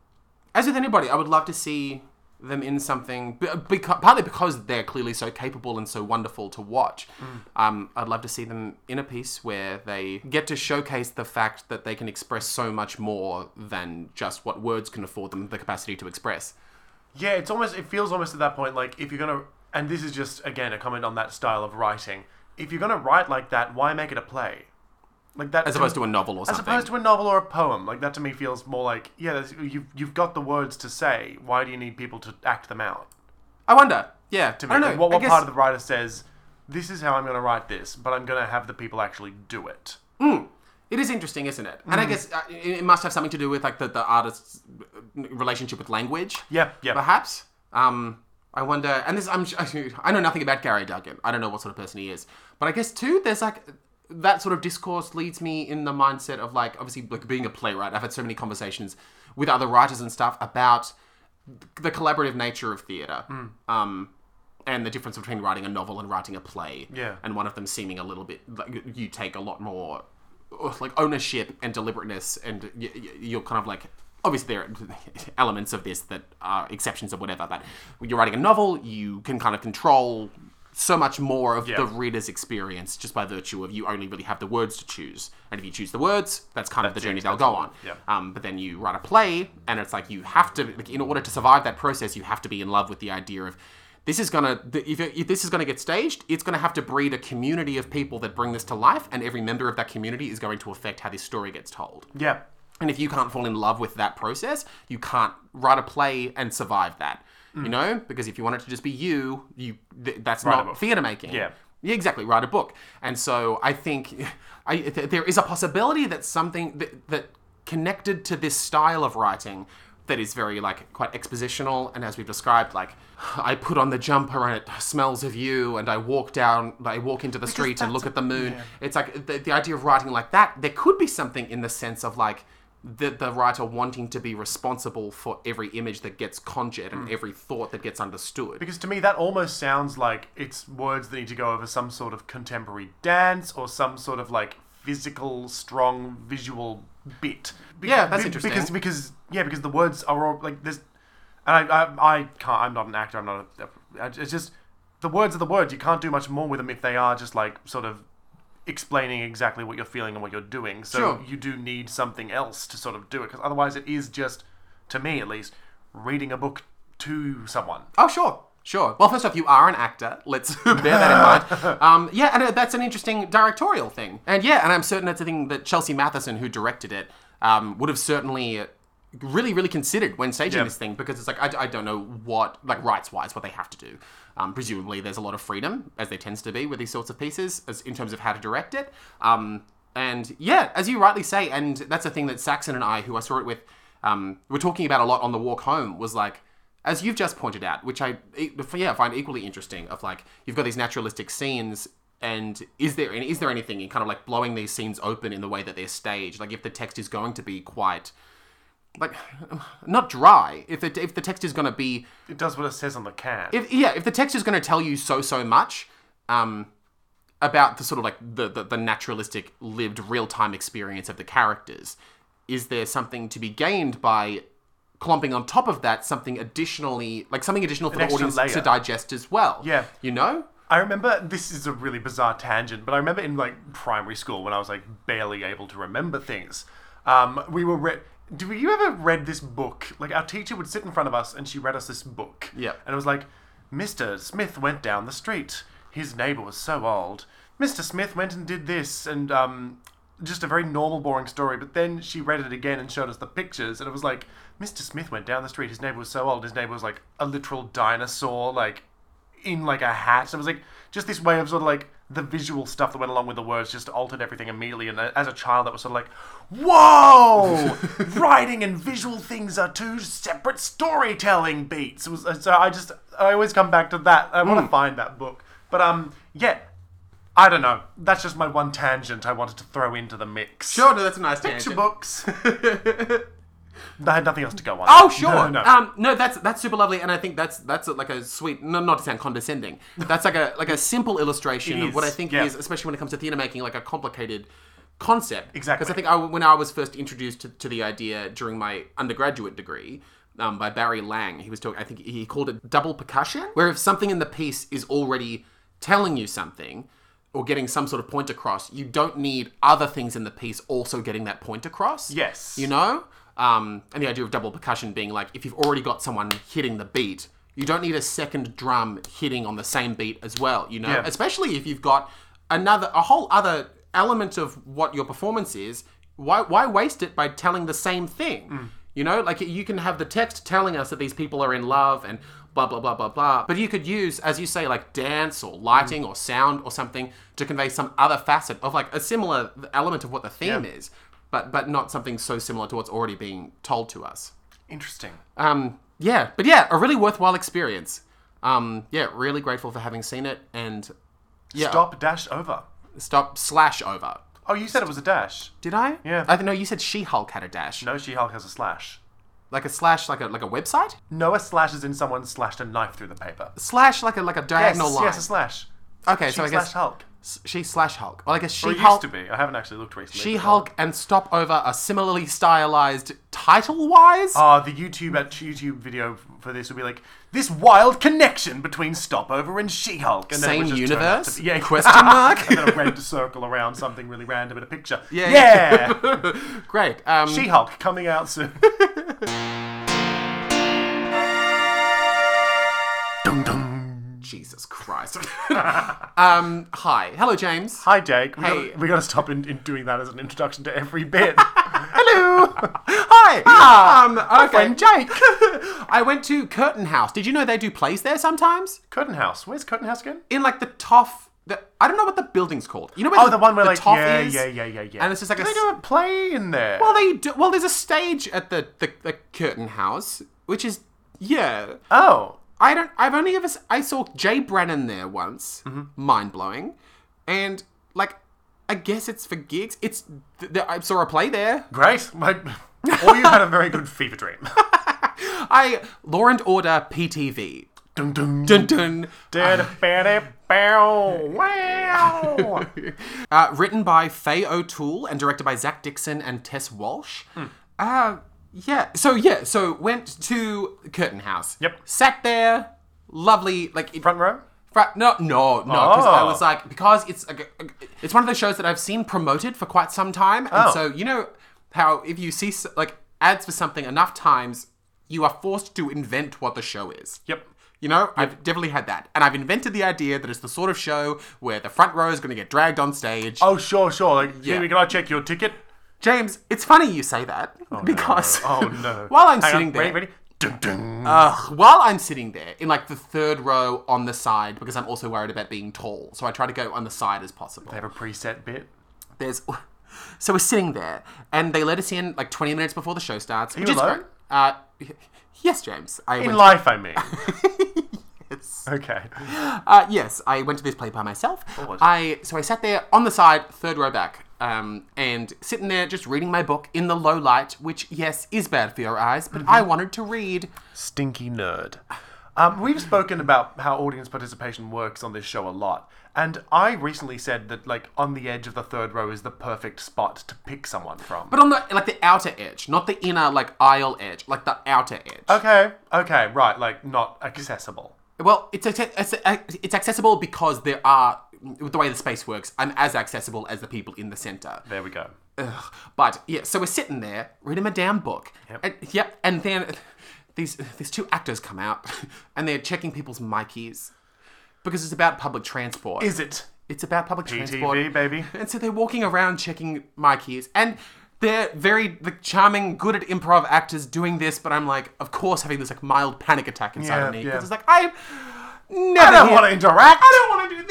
as with anybody, I would love to see them in something because, partly because they're clearly so capable and so wonderful to watch. Mm. Um, I'd love to see them in a piece where they get to showcase the fact that they can express so much more than just what words can afford them the capacity to express. Yeah, it's almost it feels almost at that point like if you're gonna and this is just again a comment on that style of writing. If you're gonna write like that, why make it a play? Like that As opposed to a novel or as something. opposed to a novel or a poem. Like that to me feels more like yeah, that's- you've you've got the words to say. Why do you need people to act them out? I wonder. Yeah. To I mean, what, what part of the writer says this is how I'm gonna write this, but I'm gonna have the people actually do it. It is interesting, isn't it? Mm. And I guess uh, it it must have something to do with like the, the artist's uh, relationship with language. Yeah, yeah. Perhaps. Um, I wonder. And this, I'm. I know nothing about Gary Duggan. I don't know what sort of person he is. But I guess too, there's like that sort of discourse leads me in the mindset of like obviously like being a playwright. I've had so many conversations with other writers and stuff about the collaborative nature of theatre. Hmm. Um, and the difference between writing a novel and writing a play Yeah. and one of them seeming a little bit like you take a lot more uh, like ownership and deliberateness and y- y- you're kind of like obviously there are elements of this that are exceptions or whatever but when you're writing a novel you can kind of control so much more of the reader's experience just by virtue of you only really have the words to choose and if you choose the words that's kind of the journey they'll go on Yeah. um, but then you write a play, and it's like you have to, like, in order to survive that process, you have to be in love with the idea of this is gonna, th- if, if this is gonna get staged, it's gonna have to breed a community of people that bring this to life, and every member of that community is going to affect how this story gets told. Yeah. And if you can't fall in love with that process, you can't write a play and survive that. You know, because if you want it to just be you, you th- that's a not book. theater making. Yeah. Yeah, exactly. Write a book. And so I think I, th- there is a possibility that something that, that connected to this style of writing, that is very like quite expositional and as we've described like I put on the jumper and it smells of you and I walk down I walk into the street and look at the moon it's like the, the idea of writing like that there could be something in the sense of like the, the writer wanting to be responsible for every image that gets conjured and every thought that gets understood Because to me, that almost sounds like it's words that need to go over some sort of contemporary dance or some sort of like physical, strong visual bit. Be- Yeah, that's be- interesting. Because, because yeah, because the words are all like there's, and I, I, I can't. I'm not an actor. I'm not. A, I- it's just the words are the words. You can't do much more with them if they are just like sort of explaining exactly what you're feeling and what you're doing. So Sure. you do need something else to sort of do it because otherwise it is just, to me at least, reading a book to someone. Oh, sure. Sure. Well, first off, you are an actor. Let's bear that in mind. Um, yeah, and uh, that's an interesting directorial thing. And yeah, and I'm certain that's a thing that Chelsea Matheson, who directed it, um, would have certainly really, really considered when staging Yeah. this thing because it's like, I, I don't know what, like, rights wise, what they have to do. Um, presumably, there's a lot of freedom, as there tends to be with these sorts of pieces, as in terms of how to direct it. Um, and yeah, as you rightly say, and that's a thing that Saxon and I, who I saw it with, um, were talking about a lot on the walk home, was like, as you've just pointed out, which I e- yeah find equally interesting. Of like you've got these naturalistic scenes, and is there and is there anything in kind of like blowing these scenes open in the way that they're staged? Like if the text is going to be quite like not dry, if the if the text is going to be It does what it says on the can. if yeah, if the text is going to tell you so so much um, about the sort of like the the, the naturalistic lived real time experience of the characters, is there something to be gained by clumping on top of that something additionally like something additional for the extra audience to layer. digest as well? Yeah. you know. I remember this is a really bizarre tangent, but I remember in like primary school when I was like barely able to remember things. Um, we were read. Do you ever read this book? Like our teacher would sit in front of us and she read us this book. Yeah. And it was like, Mr. Smith went down the street. His neighbor was so old. Mr. Smith went and did this, and um, just a very normal, boring story. But then she read it again and showed us the pictures, and it was like, Mr. Smith went down the street. His neighbor was so old. His neighbor was like a literal dinosaur, like in like a hat. So it was like just this way of sort of like the visual stuff that went along with the words just altered everything immediately. And uh, as a child, that was sort of like, whoa, writing and visual things are two separate storytelling beats. It was, uh, so I just I always come back to that. I Hmm. want to find that book, but um, yeah. I don't know. That's just my one tangent I wanted to throw into the mix. Sure, no, that's a nice Picture tangent. books. I had nothing else to go on. Oh sure, No, no, no. Um, no, that's that's super lovely, and I think that's that's like a sweet, no, not to sound condescending. That's like a like a simple illustration It of what I is, think yeah. is, especially when it comes to theater making, like a complicated concept. Exactly. Because I think I, when I was first introduced to, to the idea during my undergraduate degree. Um, by Barry Lang, he was talking. I think he called it double percussion, where if something in the piece is already telling you something or getting some sort of point across, you don't need other things in the piece also getting that point across. Yes. you know know? Um, and the idea of double percussion being like if you've already got someone hitting the beat, you don't need a second drum hitting on the same beat as well, you know? Yeah. Especially if you've got another a whole other element of what your performance is, why why waste it by telling the same thing? Mm. You know, like you can have the text telling us that these people are in love and blah blah blah blah blah. But you could use, as you say, like dance or Mm. lighting or sound or something to convey some other facet of like a similar element of what the theme is but but not something so similar to what's already being told to us. Interesting. Um, yeah, but yeah, a really worthwhile experience. Um, yeah, really grateful for having seen it and yeah, Stop dash over. stop slash over. Oh, you said it was a dash. Did I? Yeah. I don't know. You said She Hulk had a dash, No, She Hulk has a slash. like a slash, like a like a website No, a slash is in someone slashed a knife through the paper. slash, like a like a Yes, diagonal line. yes, a slash. okay, she so I slash guess Hulk. s- she slash Hulk, or like a She Or it used Hulk. to be. I haven't actually looked recently. She Hulk and Stop Over are similarly stylized title wise. Ah, the YouTube at YouTube video for this would be like this wild connection between Stopover and She Hulk. And Same would just turn out universe? to be- yeah. Question mark? and then a red circle around something really random in a picture. Yeah, Yeah. Great. Um, she Hulk coming out soon. dun, dun. Jesus Christ. um, hi. Hello, James. Hi, Jake. We Hey. gotta, we gotta stop in, in doing that as an introduction to every bit. Hello. hi. um, okay. friend Jake. I went to Curtain House. Did you know they do plays there sometimes? Curtain House. Where's Curtain House again? In like the toff The, I don't know what the building's called. You know where Oh, the, the one where the like top yeah, is? yeah, yeah, yeah, yeah. And it's just like a they s- do a play in there. Well, they do. Well, there's a stage at the the, the curtain house, which is yeah. oh, I don't. I've only ever. s- I saw Jay Brennan there once. Mm-hmm. Mind blowing, and like, I guess it's for gigs. It's. Th- th- I saw a play there. great! Like, or you had a very good fever dream. I Law and Order PTV. dun, dun, Dun dun. dun, bada, bow, wow. Uh, written by Faye O'Toole and directed by Zach Dixon and Tess Walsh. Hmm. Uh, yeah. So yeah. So went to Curtain House. Yep. Sat there. Lovely. Like it, Front row. Fra- no, no, no. Because I Oh. was like, because it's a, it's one of those shows that I've seen promoted for quite some time, and Oh. so you know how if you see s- like ads for something enough times, you are forced to invent what the show is. Yep. You know, I've definitely had that, and I've invented the idea that it's the sort of show where the front row is going to get dragged on stage. Oh, sure, sure. Like, Yeah. yeah. can I check your ticket? James, it's funny you say that because Oh no. while I'm Hang sitting on. there, Ready, ready? Dun, dun. Ugh, while I'm sitting there in like the third row on the side, because I'm also worried about being tall, so I try to go on the side as possible. they have a preset bit. There's, so we're sitting there, and they let us in like 20 minutes before the show starts, which you is alone? great. Uh, yes, James. I In went, life, I mean. yes. Okay. Uh, yes, I went to this play by myself. was it? I so I sat there on the side, third row back, um, and sitting there just reading my book in the low light, which yes is bad for your eyes, but Mm-hmm. I wanted to read. Stinky nerd. Um, we've spoken about how audience participation works on this show a lot, and I recently said that like on the edge of the third row is the perfect spot to pick someone from. But on the like the outer edge, not the inner like aisle edge, like the outer edge. okay, okay, right, like not accessible. Well, it's acce- it's uh, it's accessible because there are the way the space works. I'm as accessible as the people in the center. There we go. Ugh. But yeah, so we're sitting there reading a damn book. Yep. And, yep. And then these these two actors come out, and they're checking people's micies because it's about public transport. Is it it's about public transport. TV, baby? And so they're walking around checking my keys, and they're very like, charming, good at improv actors doing this. But I'm like, of course, having this like mild panic attack inside Yeah, of me because yeah. it's like I never I don't want to interact. I don't want to do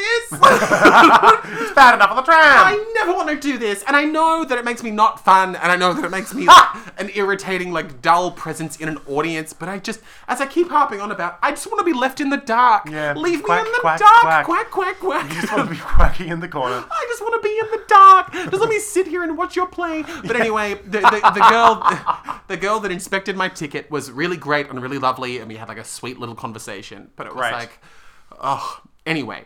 this. It's bad enough on the tram. I never want to do this, and I know that it makes me not fun, and I know that it makes me like, an irritating, like dull presence in an audience. But I just, as I keep harping on about, I just want to be left in the dark. Yeah, Leave quack, me in the quack, dark. quack. quack, quack, quack. I just want to be quacky in the corner. I just want to be in the dark. Just let me sit here and watch your play. But anyway, the, the, the girl, the girl that inspected my ticket was really great and really lovely, and we had like a sweet little conversation. But it was Great. like, oh, anyway.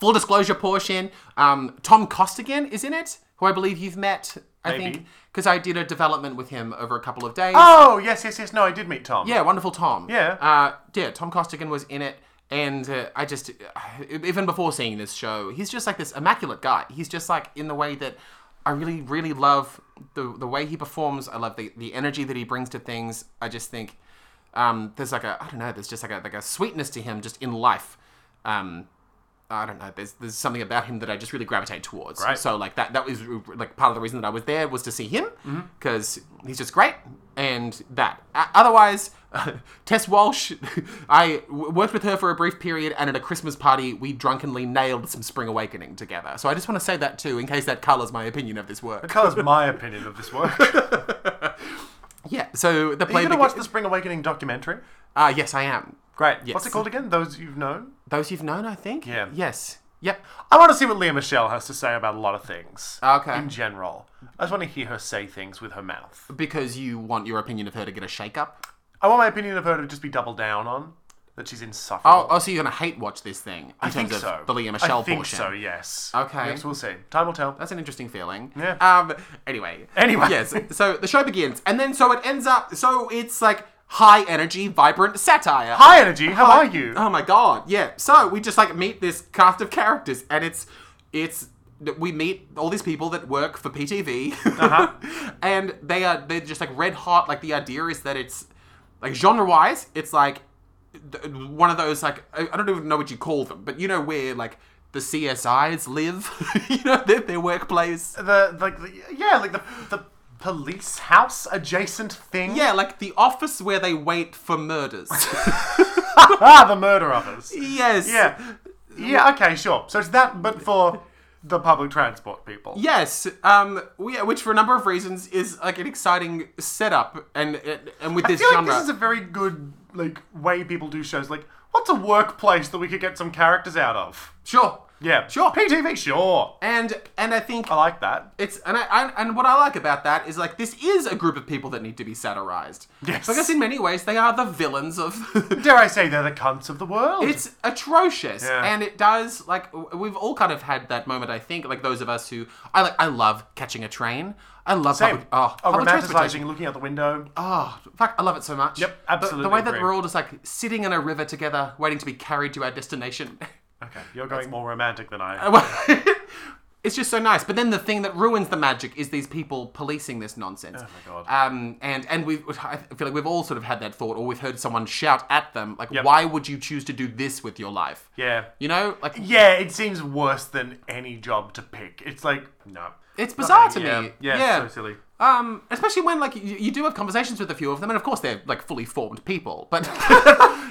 Full disclosure portion. Um, Tom Costigan is in it, who I believe you've met. I Maybe. think because I did a development with him over a couple of days. Oh yes, yes, yes. No, I did meet Tom. Yeah, wonderful Tom. Yeah. Uh, yeah, Tom Costigan was in it. And uh, I just, even before seeing this show, he's just like this immaculate guy. He's just like in the way that I really, really love the the way he performs. I love the, the energy that he brings to things. I just think um, there's like a I don't know. There's just like a like a sweetness to him just in life. Um, I don't know. There's there's something about him that I just really gravitate towards. Right. So like that that was like part of the reason that I was there was to see him Mm-hmm. because he's just great and that. Uh, otherwise, Tess Walsh, I w- worked with her for a brief period and at a Christmas party we drunkenly nailed some Spring Awakening together. So I just want to say that too in case that colors my opinion of this work. Colours my opinion of this work. Yeah. So the Are play. you gonna begi- watch the Spring Awakening documentary? uh, yes, I am. Great. Yes. What's it called again? Those you've known. Those you've known, I think. Yeah. Yes. Yep. I want to see what Leah Michelle has to say about a lot of things. Okay. In general, I just want to hear her say things with her mouth. Because you want your opinion of her to get a shake up. I want my opinion of her to just be doubled down on that she's Oh, insufferable. oh, so you're gonna hate watch this thing in I terms think of so. the Leah Michelle I think portion. so. Yes. Okay. Yes, we'll see. Time will tell. That's an interesting feeling. Yeah. Um. Anyway. Anyway. Yes. So the show begins, and then so it ends up. So it's like high energy, vibrant satire. Hi, energy. How are you? Oh my god. Yeah. So we just like meet this cast of characters, and it's it's we meet all these people that work for PTV, Uh-huh. and they are they're just like red hot. Like the idea is that it's like genre wise, it's like th- one of those like I I don't even know what you call them, but you know where like the CSIs live, you know their, their workplace. the like the, yeah like the the police house adjacent thing. Yeah, like the office where they wait for murders. Ah, the murder of us. yes. Yeah. Yeah, okay, sure. So it's that, but for the public transport people. Yes, um, we, which for a number of reasons is like an exciting setup, and and with I this feel like genre, this is a very good like way people do shows. Like, what's a workplace that we could get some characters out of? sure, Yeah, Oh. Sure. PTV, sure. and and I think I like that. It's and I, I and what I like about that is like this is a group of people that need to be satirized. Yes. because in many ways they are the villains of. Dare I say they're the cunts of the world? it's atrocious, Yeah. and it does like w- we've all kind of had that moment. I think like those of us who I like I love catching a train. I love Same. public, oh, oh, public transportation. romanticizing, looking out the window. Oh fuck, I love it so much. Yep, The- The, absolutely way that agree. we're all just like sitting in a river together, waiting to be carried to our destination. Okay, you're going more romantic than Um, I. am. it's just so nice. But then the thing that ruins the magic is these people policing this nonsense. Oh my God. Um, and and we, I feel like we've all sort of had that thought, or we've heard someone shout at them, like, Yep. "Why would you choose to do this with your life?" Yeah. You know, like Yeah, it seems worse than any job to pick. It's like no. it's bizarre to Nothing, yeah. me. Yeah, so silly. Um, especially when like you, you do have conversations with a few of them, and of course they're like fully formed people, but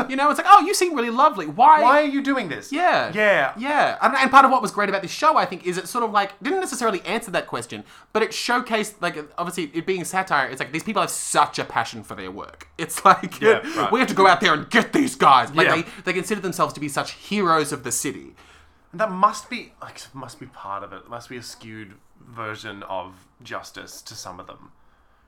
you know, it's like, "Oh, you seem really lovely. Why are you doing this? Yeah. Yeah. Yeah. And, and part of what was great about this show, I think, is it sort of like didn't necessarily answer that question, but it showcased like obviously it being satire. It's like these people have such a passion for their work. It's like Yeah, right. we have to go out there and get these guys. Like Yeah. they, they consider themselves to be such heroes of the city. And that must be like must be part of it. It must be a skewed version of justice to some of them,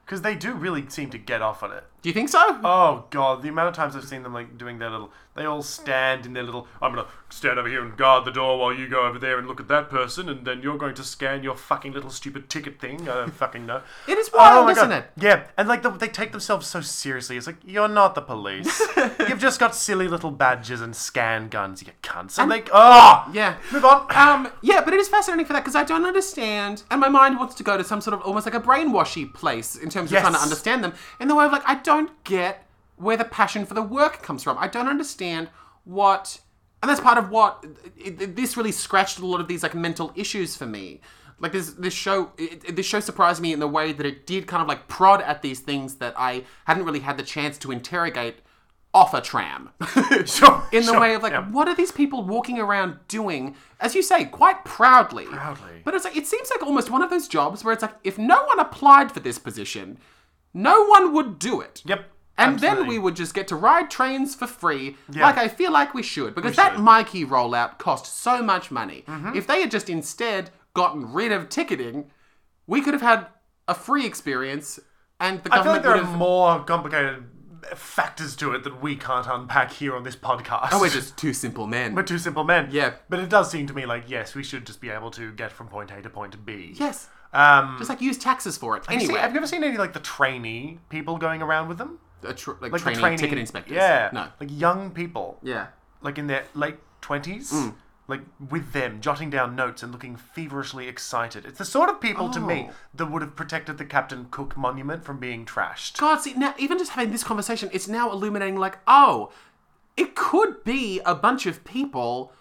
because they do really seem to get off on it. Do you think so? Oh god, the amount of times I've seen them like doing their little. They all stand in their little. I'm gonna stand over here and guard the door while you go over there and look at that person, and then you're going to scan your fucking little stupid ticket thing. I don't fucking know. It is wild, my isn't God. it? Yeah, and like the, they take themselves so seriously. It's like you're not the police. You've just got silly little badges and scan guns, you cunts. And, they ah Yeah. move on. Um, yeah, but it is fascinating for that because I don't understand, and my mind wants to go to some sort of almost like a brainwashy place in terms Yes. of trying to understand them. In the way of like, I don't get where the passion for the work comes from. I don't understand what, and that's part of what it, it- this really scratched a lot of these like mental issues for me. Like this, this show, it, it- this show surprised me in the way that it did kind of like prod at these things that I hadn't really had the chance to interrogate off a tram. Sure, in the sure, way of like, yeah. what are these people walking around doing? As you say, quite proudly. Proudly. But it's like it seems like almost one of those jobs where it's like, if no one applied for this position, no one would do it. Yep. And then absolutely. we would just get to ride trains for free, like I feel like we should, because that should. Mm-hmm. Mikey rollout cost so much money. If they had just instead gotten rid of ticketing, we could have had a free experience, and the I feel like government there would are have. more complicated factors to it that we can't unpack here on this podcast. We're just two simple men. We're two simple men. Oh, Yeah. But it does seem to me like, yes, we should just be able to get from point A to point B. yes, Um, just like use taxes for it. you see- Anyway, have you ever seen any, like, the trainee people going around with them? a tr- like, Like, training the trainee, ticket inspectors. Yeah. No. Like, young people. Yeah. Like, in their late 20s. Mm. Like, with them, jotting down notes and looking feverishly excited. It's the sort of people, to Oh. me, that would have protected the Captain Cook monument from being trashed. God, see now, even just having this conversation, it's now illuminating. Like, oh, it could be a bunch of people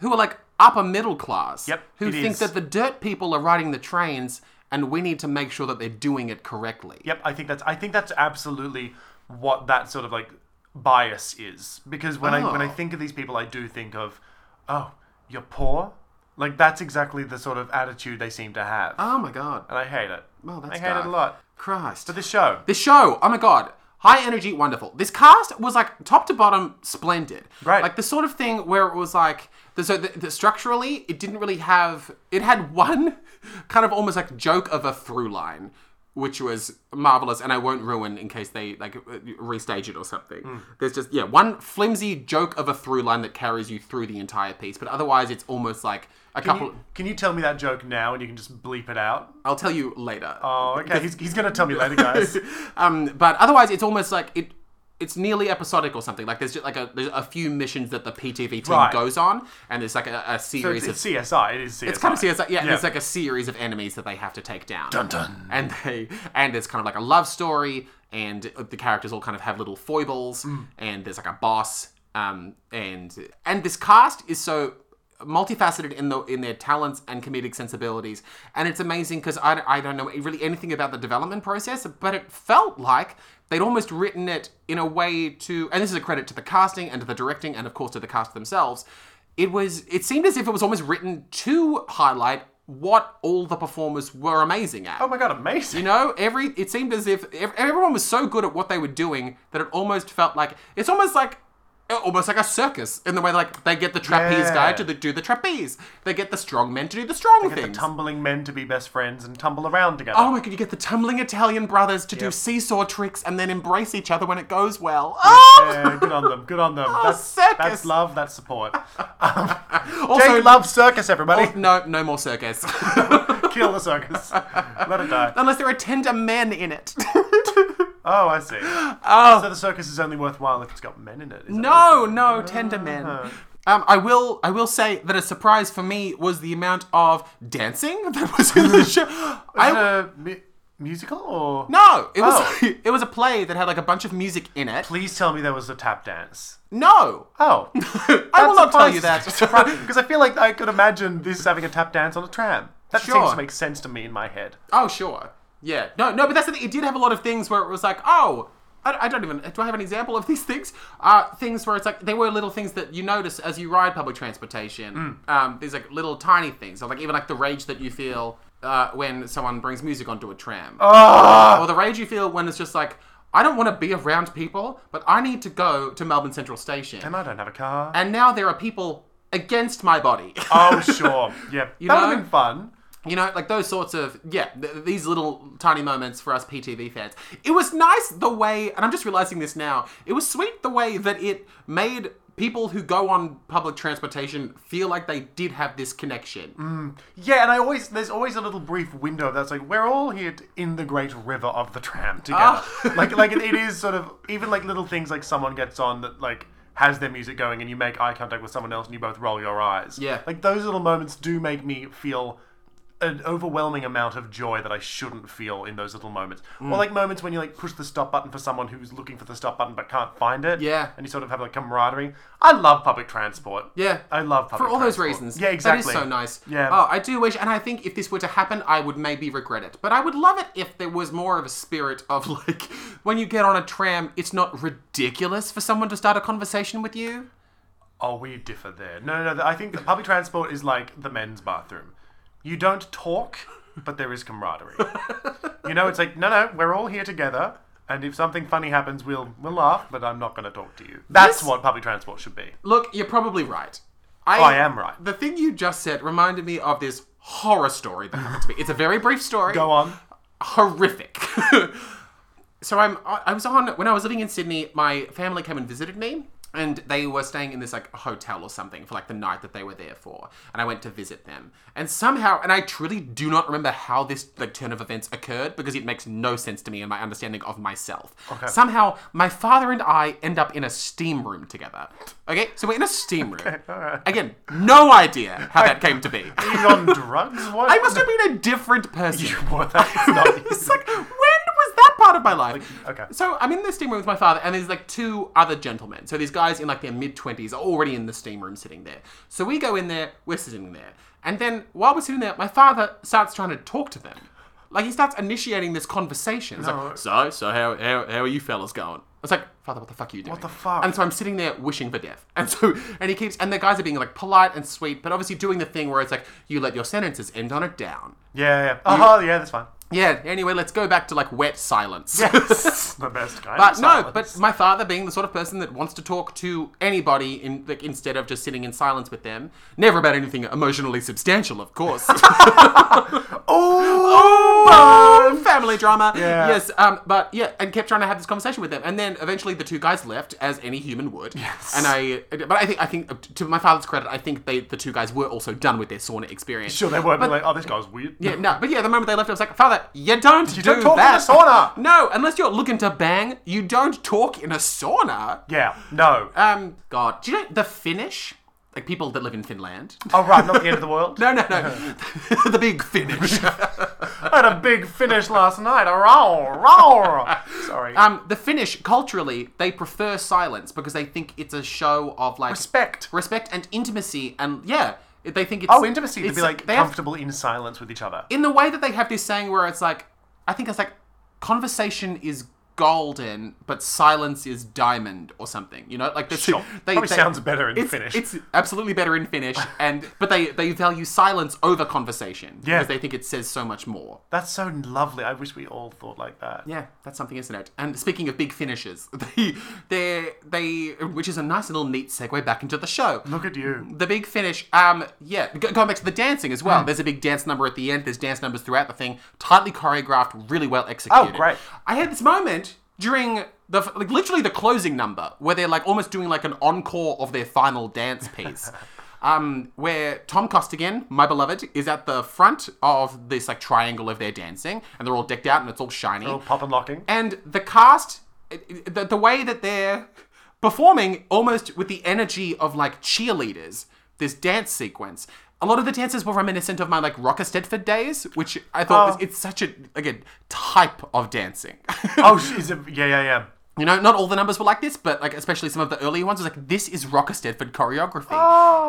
who are like upper middle class. Yep, Who it think is. that the dirt people are riding the trains, and we need to make sure that they're doing it correctly. Yep, I think that's I think that's absolutely what that sort of like bias is because when I when I Oh. think of these people, I do think of, oh, you're poor. Like that's exactly the sort of attitude they seem to have, Oh my God. and I hate it. Well, that's I hate dark. it a lot. Christ. This show, This show, oh my god, high energy, wonderful. This cast was like top to bottom, splendid. Right. Like the sort of thing where it was like, the, so the, the, structurally, it didn't really have. It had one kind of almost like joke of a through line, which was marvelous, and I won't ruin in case they like restage it or something. Hmm. There's just yeah, one flimsy joke of a through line that carries you through the entire piece, but otherwise it's almost like a can couple. you, can you tell me that joke now, and you can just bleep it out? I'll tell you later. Oh, okay. He's, he's gonna tell me later, guys. um, but otherwise, it's almost like it. It's nearly episodic or something. Like there's just like a there's a few missions that the PTV team Right. goes on, and there's like a, a series It's, of it's CSI. It is CSI. it's kind of serious, like, yeah, Yeah. There's like a series of enemies that they have to take down. Dun dun. And they and it's kind of like a love story, and the characters all kind of have little foibles, and there's like a boss, um, and and this cast is so multifaceted in the in their talents and comedic sensibilities, and it's amazing because I, I don't know really anything about the development process, but it felt like. They'd almost written it in a way to, and this is a credit to the casting and to the directing, and of course to the cast themselves it was it seemed as if it was almost written to highlight what all the performers were amazing at. Oh my god, amazing. You know, every it seemed as if ev- everyone was so good at what they were doing that it almost felt like it's almost like uh, almost like a circus in the way like they get the trapeze Yeah. guy to the, do the trapeze, they get the strong men to do the strong Get the things. tumbling men to be best friends and tumble around together. Oh my god, you get the tumbling Italian brothers to do seesaw tricks and then embrace each other when it goes well. Oh! Yeah, good on them. Good on them. that's circus. that's love. That's support. Um, Also- Oh, Jake loves circus. Everybody, No, no more circus. kill the circus. Let it die. Unless there are tender men in it. Oh, I see. So the circus is only worthwhile if it's got men in it. is that what Oh. No, no, tender men. Um, I will, I will say that a surprise for me was the amount of dancing that was in the show. it's- Is I it a mu- musical or? no, it was Uh-huh. Oh. it was a play that had like a bunch of music in it. Please tell me there was a tap dance. No, Oh, I will not tell you that. because I feel like I could imagine this having a tap dance on a tram. That Sure. seems to make sense to me in my head. oh, sure, yeah, no, no, but that's the thing. It did have a lot of things where it was like, oh. I I don't even. Do I have an example of these things? Uh, things where it's like they were little things that you notice as you ride public transportation. Mm. Um, these like little tiny things, or like even like the rage that you feel uh, when someone brings music onto a tram. Ah, or the rage you feel when it's just like, I don't want to be around people, but I need to go to Melbourne Central Station. and I don't have a car. And now there are people against my body. oh, sure. Yeah, that would know? have been fun. you know, like those sorts of, yeah, th- these little tiny moments for us PTV fans. It was nice the way, and I'm just realizing this now, it was sweet the way that it made people who go on public transportation feel like they did have this connection. Mm. Yeah, and I always there's always a little brief window that's like we're all here t- in the great river of the tram together. Ah. like like it, it is sort of even like little things like someone gets on that like has their music going and you make eye contact with someone else and you both roll your eyes. Yeah. like those little moments do make me feel an overwhelming amount of joy that I shouldn't feel in those little moments. Mm. Or like moments when you like push the stop button for someone who's looking for the stop button but can't find it. Yeah. and you sort of have like camaraderie. I love public transport. Yeah. I love public for all those transport. reasons. Yeah, exactly. That is so nice. Yeah. Oh, I do wish, and I think if this were to happen, I would maybe regret it. But I would love it if there was more of a spirit of like, when you get on a tram, it's not ridiculous for someone to start a conversation with you. Oh, we differ there. No, no, no. I think the public transport is like the men's bathroom. You don't talk, but there is camaraderie. you know, it's like no, no. We're all here together, and if something funny happens, we'll we'll laugh. But I'm not going to talk to you. That's This- what public transport should be. Look, you're probably right. I, I am right. The thing you just said reminded me of this horror story that happened to me. It's a very brief story. Go on. horrific. so I'm I I was on when I was living in Sydney, my family came and visited me and they were staying in this like hotel or something for like the night that they were there for and i went to visit them and somehow and i truly do not remember how this like turn of events occurred because it makes no sense to me and my understanding of myself somehow my father and i end up in a steam room together okay so we're in a steam room again no idea how that came to be He's on drugs. What? i must have been a different person What? That's not it's like, when was that part of my life? okay. So I'm in the steam room with my father, and there's like two other gentlemen. So these guys in like their mid 20s are already in the steam room sitting there. So we go in there, we're sitting there. And then while we're sitting there, my father starts trying to talk to them. Like he starts initiating this conversation. It's like, so, so how, how, how are you fellas going? It's like, father, what the fuck are you doing? What the fuck? And so I'm sitting there wishing for death. And so, and he keeps, and the guys are being like polite and sweet, but obviously doing the thing where it's like, you let your sentences end on a down. yeah, yeah. Oh, yeah. That's fine. Yeah, anyway, let's go back to like wet silence. the best guy. but no, but my father being the sort of person that wants to talk to anybody in like instead of just sitting in silence with them, never about anything emotionally substantial, of course. oh, Oh, family drama. Yeah. Yes, um, but yeah, and kept trying to have this conversation with them, and then eventually the two guys left, as any human would. Yes. And I, but I think I think to my father's credit, I think they the two guys were also done with their sauna experience. sure they won't be like, oh, this guy's weird. Yeah, no, but yeah, the moment they left, I was like, Father, you don't you do don't talk in that. a sauna." No, unless you're looking to bang, you don't talk in a sauna. Yeah. No. Um, God, do you know the Finnish? Like people that live in Finland. oh, right. Not the end of the world. No, no, no, the big Finnish. I had a big finish last night. A roar, roar. Sorry. um, the Finnish culturally, they prefer silence because they think it's a show of like Respect. respect and intimacy, and yeah, they think it's Oh, intimacy to it's- be like they have comfortable in silence with each other. in the way that they have this saying where it's like, I think it's like, conversation is golden, but silence is diamond or something. You know, like this. Sure. Probably sounds better in it's, Finnish. It's absolutely better in Finnish, and but they they value silence over conversation Yeah. because they think it says so much more. That's so lovely. I wish we all thought like that. Yeah, that's something, isn't it? And speaking of big finishes, they they they which is a nice little neat segue back into the show. Look at you. The big finish, um, yeah, g- going back to the dancing as Mm. well. There's a big dance number at the end. There's dance numbers throughout the thing, tightly choreographed, really well executed. Oh, great. I had this moment during the f- like literally the closing number where they're like almost doing like an encore of their final dance piece. Um, where Tom Costigan, my beloved, is at the front of this like triangle of their dancing, and they're all decked out and it's all shiny. Little pop and locking. And the cast, it- it- the, the way that they're performing almost with the energy of like cheerleaders, this dance sequence. A lot of the dances were reminiscent of my like Rocker Stedford days, which I thought was, it's such a again type of dancing. oh, she's a, yeah, yeah, yeah. you know, not all the numbers were like this, but like especially some of the earlier ones was like this is Rocker Stedford choreography,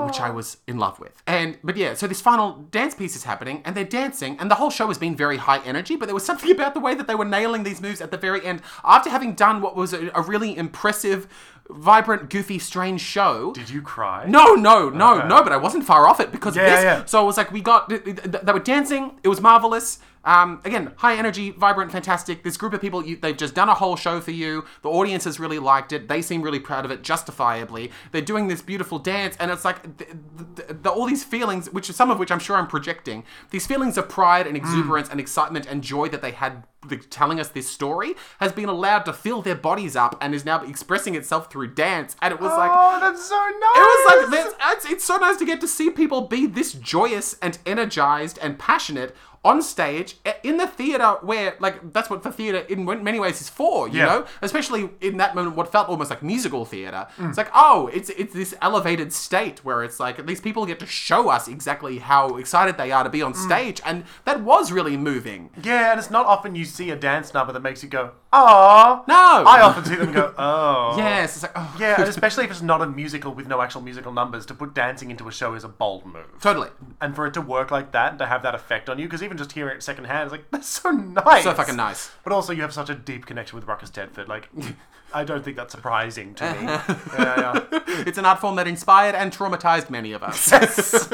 which I was in love with. And but yeah, so this final dance piece is happening, and they're dancing, and the whole show has been very high energy. But there was something about the way that they were nailing these moves at the very end, after having done what was a, a really impressive, vibrant, goofy, strange show. Did you cry? No, no, no, no. But I wasn't far off it because Yeah, of this. yeah. So I was like, we got. th- th- th- They were dancing. It was marvelous. Um, again, high energy, vibrant, fantastic. This group of people, you, they've just done a whole show for you. The audience has really liked it. They seem really proud of it, justifiably. They're doing this beautiful dance, and it's like th- th- th- all these feelings, which some of which I'm sure I'm projecting, these feelings of pride Mm. and exuberance and excitement and joy that they had like, telling us this story has been allowed to fill their bodies up and is now expressing itself through dance. And it was like, Oh, that's so nice. it was like this, it's, it's so nice to get to see people be this joyous and energized and passionate on stage i- in the theater where like that's what the theater in w- many ways is for you Yeah. know especially in that moment what felt almost like musical theater Mm. it's like oh it's it's this elevated state where it's like these people get to show us exactly how excited they are to be on Mm. stage and that was really moving Yeah, and it's not often you see a dance number that makes you go, "Ah." No. I often see them go, "Oh." yes it's like oh Yeah, and especially if it's not a musical with no actual musical numbers, to put dancing into a show is a bold move. totally And for it to work like that and to have that effect on you, because even just hearing it secondhand is like, that's so nice. So fucking nice. But also, you have such a deep connection with Ruckus Tedford. Like, I don't think that's surprising to me. yeah, yeah. it's an art form that inspired and traumatized many of us Yes.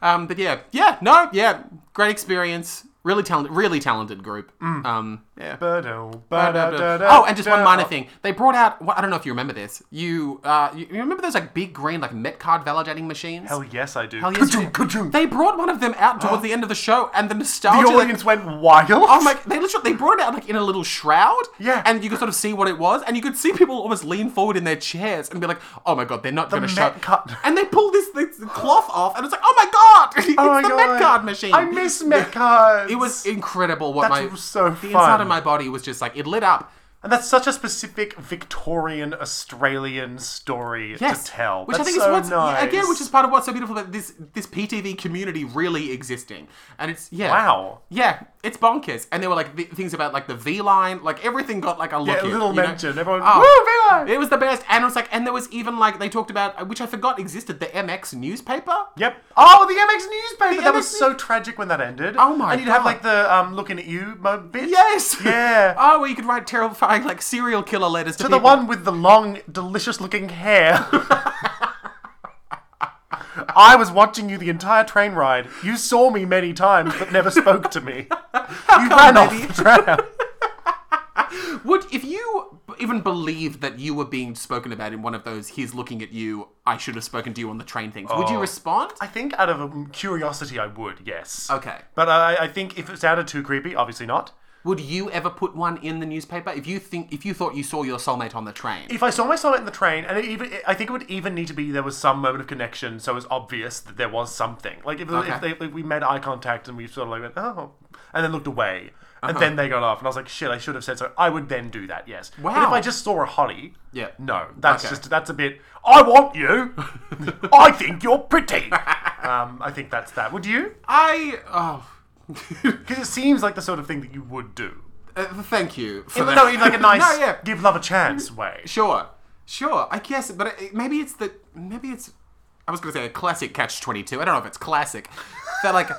Um, but yeah, yeah, no, yeah, great experience. Really talented, really talented group. Mm. Um, yeah. Oh, oh, and just one minor thing. They brought out. Well, I don't know if you remember this. You, uh, you, you remember those like big green like Metcard validating machines? Hell yes, I do. Hell yes, Ka-choom, you- ka-choom. They brought one of them out towards the end of the show, and the nostalgia. The like, audience went wild. Oh my! They literally they brought it out like in a little shroud. Yeah. And you could sort of see what it was, and you could see people almost lean forward in their chairs and be like, "Oh my god, they're not going to show." Met Card- And they pull this, this cloth off, and it's like, "Oh my god, it's Oh my the God. Met Card machine." I miss Metcard. It was incredible. What That's my so the fun. inside of my body was just like it lit up. And that's such a specific Victorian Australian story Yes. to tell. Which That's I think so is what's nice. again, which is part of what's so beautiful about this this PTV community really existing, and it's yeah. wow. Yeah, it's bonkers, and there were like th- things about like the V line, like everything got like a look. a in, little you know? mention. Everyone, Oh. woo, V-line! It was the best, and it was like, and there was even like they talked about, which I forgot existed, the MX newspaper. Yep. Oh, the MX newspaper. The that was MX so tragic when that ended. Oh my And you'd have God. like the um, looking at you mo- bit. Yes. Yeah. oh, where you could write terrifying like serial killer letters to, to the people. one with the long, delicious-looking hair. I was watching you the entire train ride. You saw me many times, but never spoke to me. you ran maybe? off the tram. Would if you b- even believed that you were being spoken about in one of those "He's looking at you," I should have spoken to you on the train things. Would you respond? Oh. I think out of um, curiosity, I would. Yes. Okay. But I, I think if it sounded too creepy, obviously not. Would you ever put one in the newspaper if you think if you thought you saw your soulmate on the train? If I saw my soulmate in the train, and it even I think it would even need to be there was some moment of connection, so it was obvious that there was something. Like if, Okay. if they, like, we made eye contact and we sort of like went oh, and then looked away, Uh-huh. and then they got off, and I was like shit, I should have said so. I would then do that. Yes. But if Wow. I just saw a hottie, Yeah. no, that's Okay. just that's a bit. I want you. I think you're pretty. Um, I think that's that. Would you? I oh. Because it seems like the sort of thing that you would do. Uh, thank you. For No, that. no, in like a nice no, yeah. give love a chance way. Sure, sure. I guess, but it, maybe it's the maybe it's. I was gonna say a classic catch twenty two. I don't know if it's classic. that like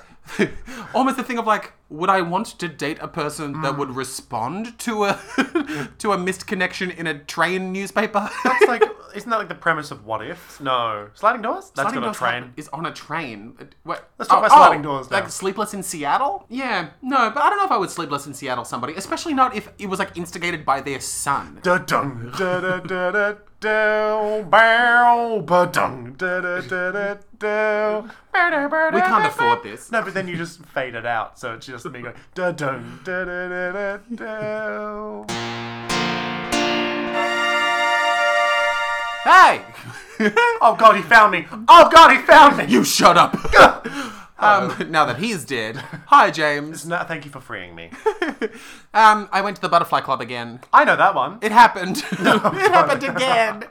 almost the thing of like, would I want to date a person Mm. that would respond to a to a missed connection in a train newspaper? It's like, isn't that like the premise of What If? No. Sliding doors? That's Sliding got a Doors train. Is on a train. Uh, What? Let's talk about sliding doors now. Like Sleepless in Seattle? Yeah. No, but I don't know if I would Sleepless in Seattle somebody, especially not if it was like instigated by their son. Da dung da da da da da bow ba dung da da da da da. We can't afford this. No, but then you just fade it out, so it's just me going da dung da da da da da. Hey! Oh god, he found me! Oh god, he found me! you shut up! um, now that he's dead. Hi, James. No, thank you for freeing me. Um, I went to the Butterfly Club again. I know that one. It happened. it happened again.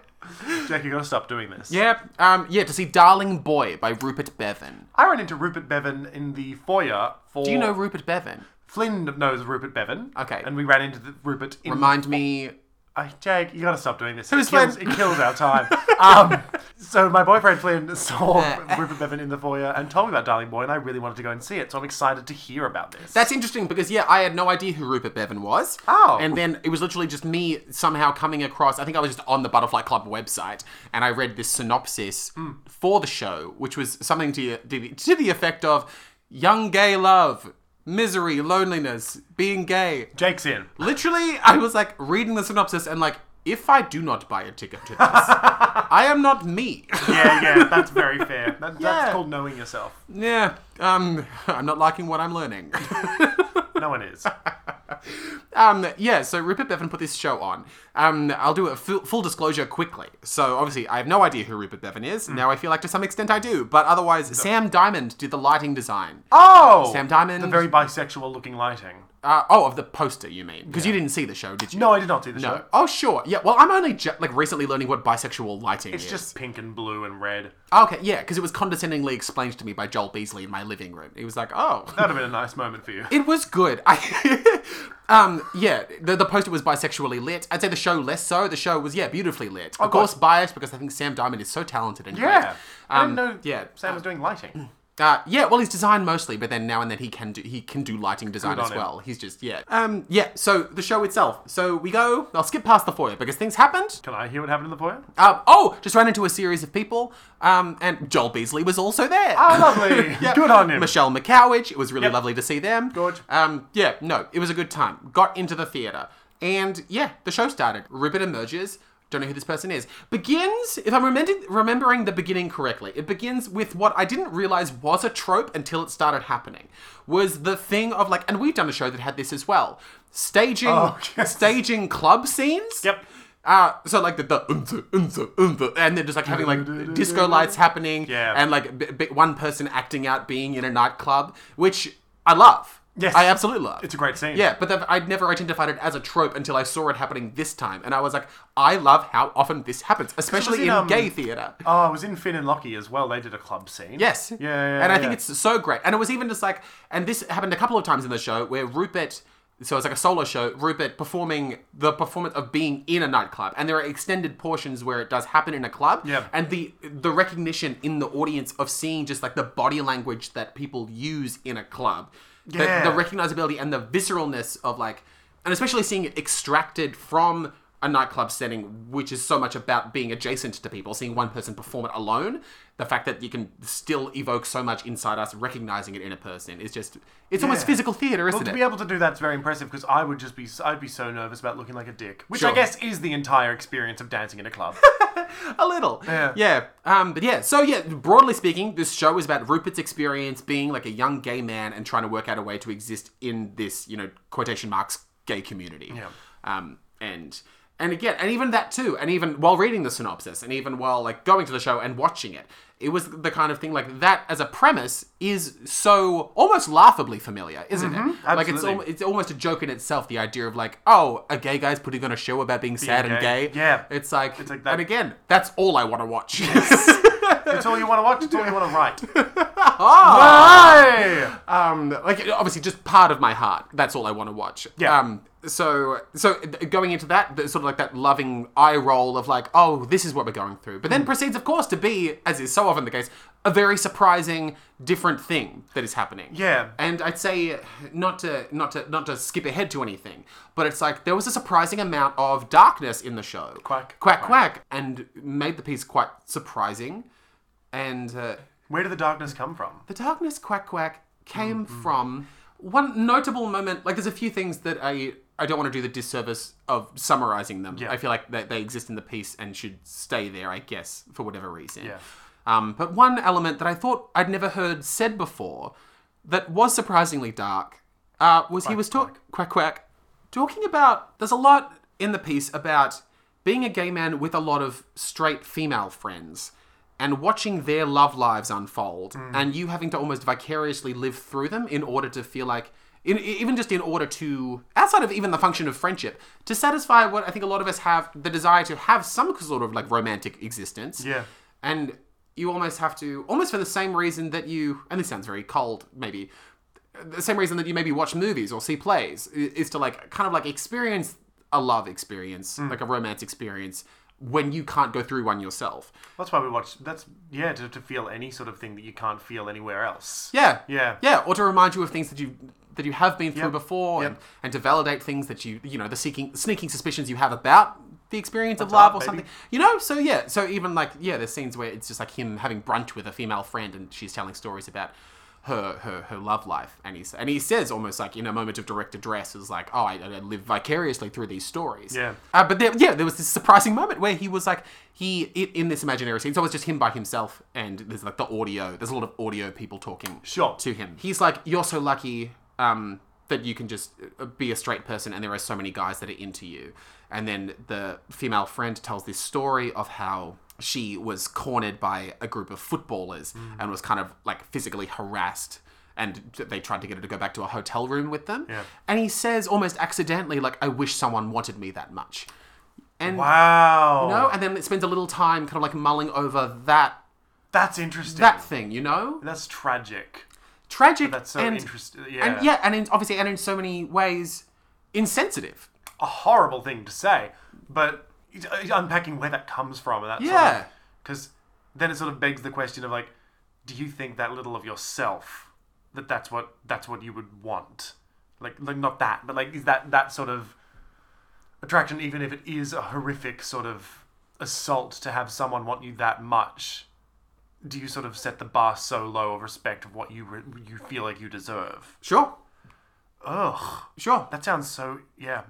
Jack, you gotta stop doing this. Yep. Um, yeah, to see Darling Boy by Rupert Bevan. I ran into Rupert Bevan in the foyer for. Do you know Rupert Bevan? Flynn knows Rupert Bevan. Okay. And we ran into the Rupert in Remind me. Uh, Jake, you gotta stop doing this. Who's it kills, Flynn? It kills our time. um, so my boyfriend Flynn saw Uh, Rupert Bevan in the foyer and told me about Darling Boy, and I really wanted to go and see it. So I'm excited to hear about this. That's interesting because yeah, I had no idea who Rupert Bevan was. Oh. And then it was literally just me somehow coming across. I think I was just on the Butterfly Club website and I read this synopsis for the show, which was something to to the, to the effect of young gay love, misery, loneliness, being gay. Jake's in. Literally, I was like reading the synopsis and like, if I do not buy a ticket to this, I am not me. Yeah, yeah, that's very fair. That, Yeah. That's called knowing yourself. yeah. Um, I'm not liking what I'm learning. No one is. Um, yeah, so Rupert Bevan put this show on. Um, I'll do a full, full disclosure quickly. So obviously, I have no idea who Rupert Bevan is. Mm. Now I feel like to some extent I do, but otherwise, Sam Diamond did the lighting design. Oh, Sam Diamond. the very bisexual-looking lighting. Uh, oh, of the poster, you mean? Because you didn't see the show, did you? No, I did not see the No. show. Oh, sure. Yeah. Well, I'm only ju- like recently learning what bisexual lighting It's is. just pink and blue and red. okay. Yeah, because it was condescendingly explained to me by Joel Beasley in my living room. He was like, "Oh, That'd have been a nice moment for you. It was good. I, um, yeah, the, the poster was bisexually lit. I'd say the show less so. The show was yeah, beautifully lit. of Oh, good. course, biased because I think Sam Diamond is so talented and Yeah. great. I Um, didn't know yeah. Sam was doing lighting. Uh, yeah, well, he's designed mostly, but then now and then he can do he can do lighting design Good as on him. well. He's just yeah, um, yeah. So the show itself. So we go. I'll skip past the foyer because things happened. Can I hear what happened in the foyer? Um, oh, just ran into a series of people. Um, and Joel Beasley was also there. Oh, lovely. Yeah. Good on him. Michelle McCowage. It was really Yep. lovely to see them. Good. Um, yeah, no, it was a good time. Got into the theatre. And yeah, the show started. Rupert emerges. Don't know who this person is. Begins, if I'm remembering, remembering the beginning correctly, it begins with what I didn't realize was a trope until it started happening. Was the thing of like, and we've done a show that had this as well. Staging, Oh, yes. staging club scenes. Yep. Uh, so like the, the unza, unza, unza, and then just like having like disco lights happening, Yeah. and like b- b- one person acting out being in a nightclub, which I love. Yes. I absolutely love. It's a great scene. yeah, but that- I'd never identified it as a trope until I saw it happening this time, and I was like, I love how often this happens, especially in, in um, gay theater. Oh, it was in Finn and Lockie as well. They did a club scene. Yes. Yeah, yeah. And I yeah. think it's so great. And it was even just like, and this happened a couple of times in the show where Rupert. So it's like a solo show, Rupert performing the performance of being in a nightclub, and there are extended portions where it does happen in a club. Yeah. And the the recognition in the audience of seeing just like the body language that people use in a club, The- the, Yeah. recognizability and the visceralness of like, and especially seeing it extracted from a nightclub setting, which is so much about being adjacent to people, seeing one person perform it alone. The fact that you can still evoke so much inside us, recognizing it in a person, is just—it's almost Yeah. physical theater, isn't Well, to it? be able to do that's very impressive because I would just be I'd be so nervous about looking like a dick, which I Sure. guess is the entire experience of dancing in a club. a little. Yeah. Yeah. Um, but yeah, so yeah, broadly speaking, this show is about Rupert's experience being like a young gay man and trying to work out a way to exist in this, you know, quotation marks gay community. Yeah. Um, and and again, and even that too, and even while reading the synopsis, and even while like going to the show and watching it, it was the kind of thing like that as a premise is so almost laughably familiar, isn't it? Like it's al- Mm-hmm, absolutely. it's almost a joke in itself. The idea of like, oh, a gay guy's putting on a show about being sad and gay. gay. Yeah. It's like, it's like that- and again, that's all I want to watch. it's all you want to watch. It's all you want to write. Ah! Hey! um, like obviously, just part of my heart. That's all I want to watch. Yeah. Um, so so th- going into that th- sort of like that loving eye roll of like oh this is what we're going through but Hmm. then proceeds of course to be as is so often the case a very surprising different thing that is happening Yeah. and i'd say not to not to not to skip ahead to anything but it's like there was a surprising amount of darkness in the show Quack. quack quack, and made the piece quite surprising and uh, Where did the darkness come from? the darkness quack quack came from one notable moment. Like, there's a few things that I I don't want to do the disservice of summarizing them. I feel like they, they exist in the piece and should stay there, I guess, for whatever reason. Yeah. Um, but one element that I thought I'd never heard said before, that was surprisingly dark, uh, was he was talk quack quack talking about. There's a lot in the piece about being a gay man with a lot of straight female friends and watching their love lives unfold and you having to almost vicariously live through them in order to feel like in, e, even just in order to outside of even the function of friendship to satisfy what i think a lot of us have the desire to have some sort of like romantic existence Yeah. and you almost have to almost for the same reason that you and this sounds very cold maybe the same reason that you maybe watch movies or see plays i- is to like kind of like experience a love experience like a romance experience when you can't go through one yourself That's why we watch. That's yeah, to, to feel any sort of thing that you can't feel anywhere else. Yeah. Yeah. Yeah. Or to remind you of things that you that you have been through before, Yep. and, and to validate things that you you know the seeking sneaking suspicions you have about the experience of love up, or baby? something. You know. So yeah. So even like yeah, there's scenes where it's just like him having brunch with a female friend, and she's telling stories about. Her, her her love life and he and he says almost like in a moment of direct address is like oh I, I live vicariously through these stories Yeah. uh, but there, yeah, there was this surprising moment where he was like, he it, in this imaginary scene. So it's just him by himself, and there's like the audio. There's a lot of audio people talking Sure. to him. He's like, "You're so lucky um, that you can just uh, be a straight person, and there are so many guys that are into you." And then the female friend tells this story of how she was cornered by a group of footballers Mm. and was kind of like physically harassed. And they tried to get her to go back to a hotel room with them. Yeah. And he says almost accidentally, like, I wish someone wanted me that much. And Wow. no, and then it spends a little time kind of like mulling over that That's interesting. that thing, you know? That's tragic. Tragic That's so and, interesting. Yeah. and yeah, and in, obviously and in so many ways insensitive. A horrible thing to say, but it's- it's unpacking where that comes from and that. Yeah. Because then it sort of begs the question of like, do you think that little of yourself that that's what that's what you would want? Like, like not that, but like, is that that sort of attraction, even if it is a horrific sort of assault to have someone want you that much? Do you sort of set the bar so low of respect of what you re- you feel like you deserve? Sure. Ugh, Sure. that sounds so yeah.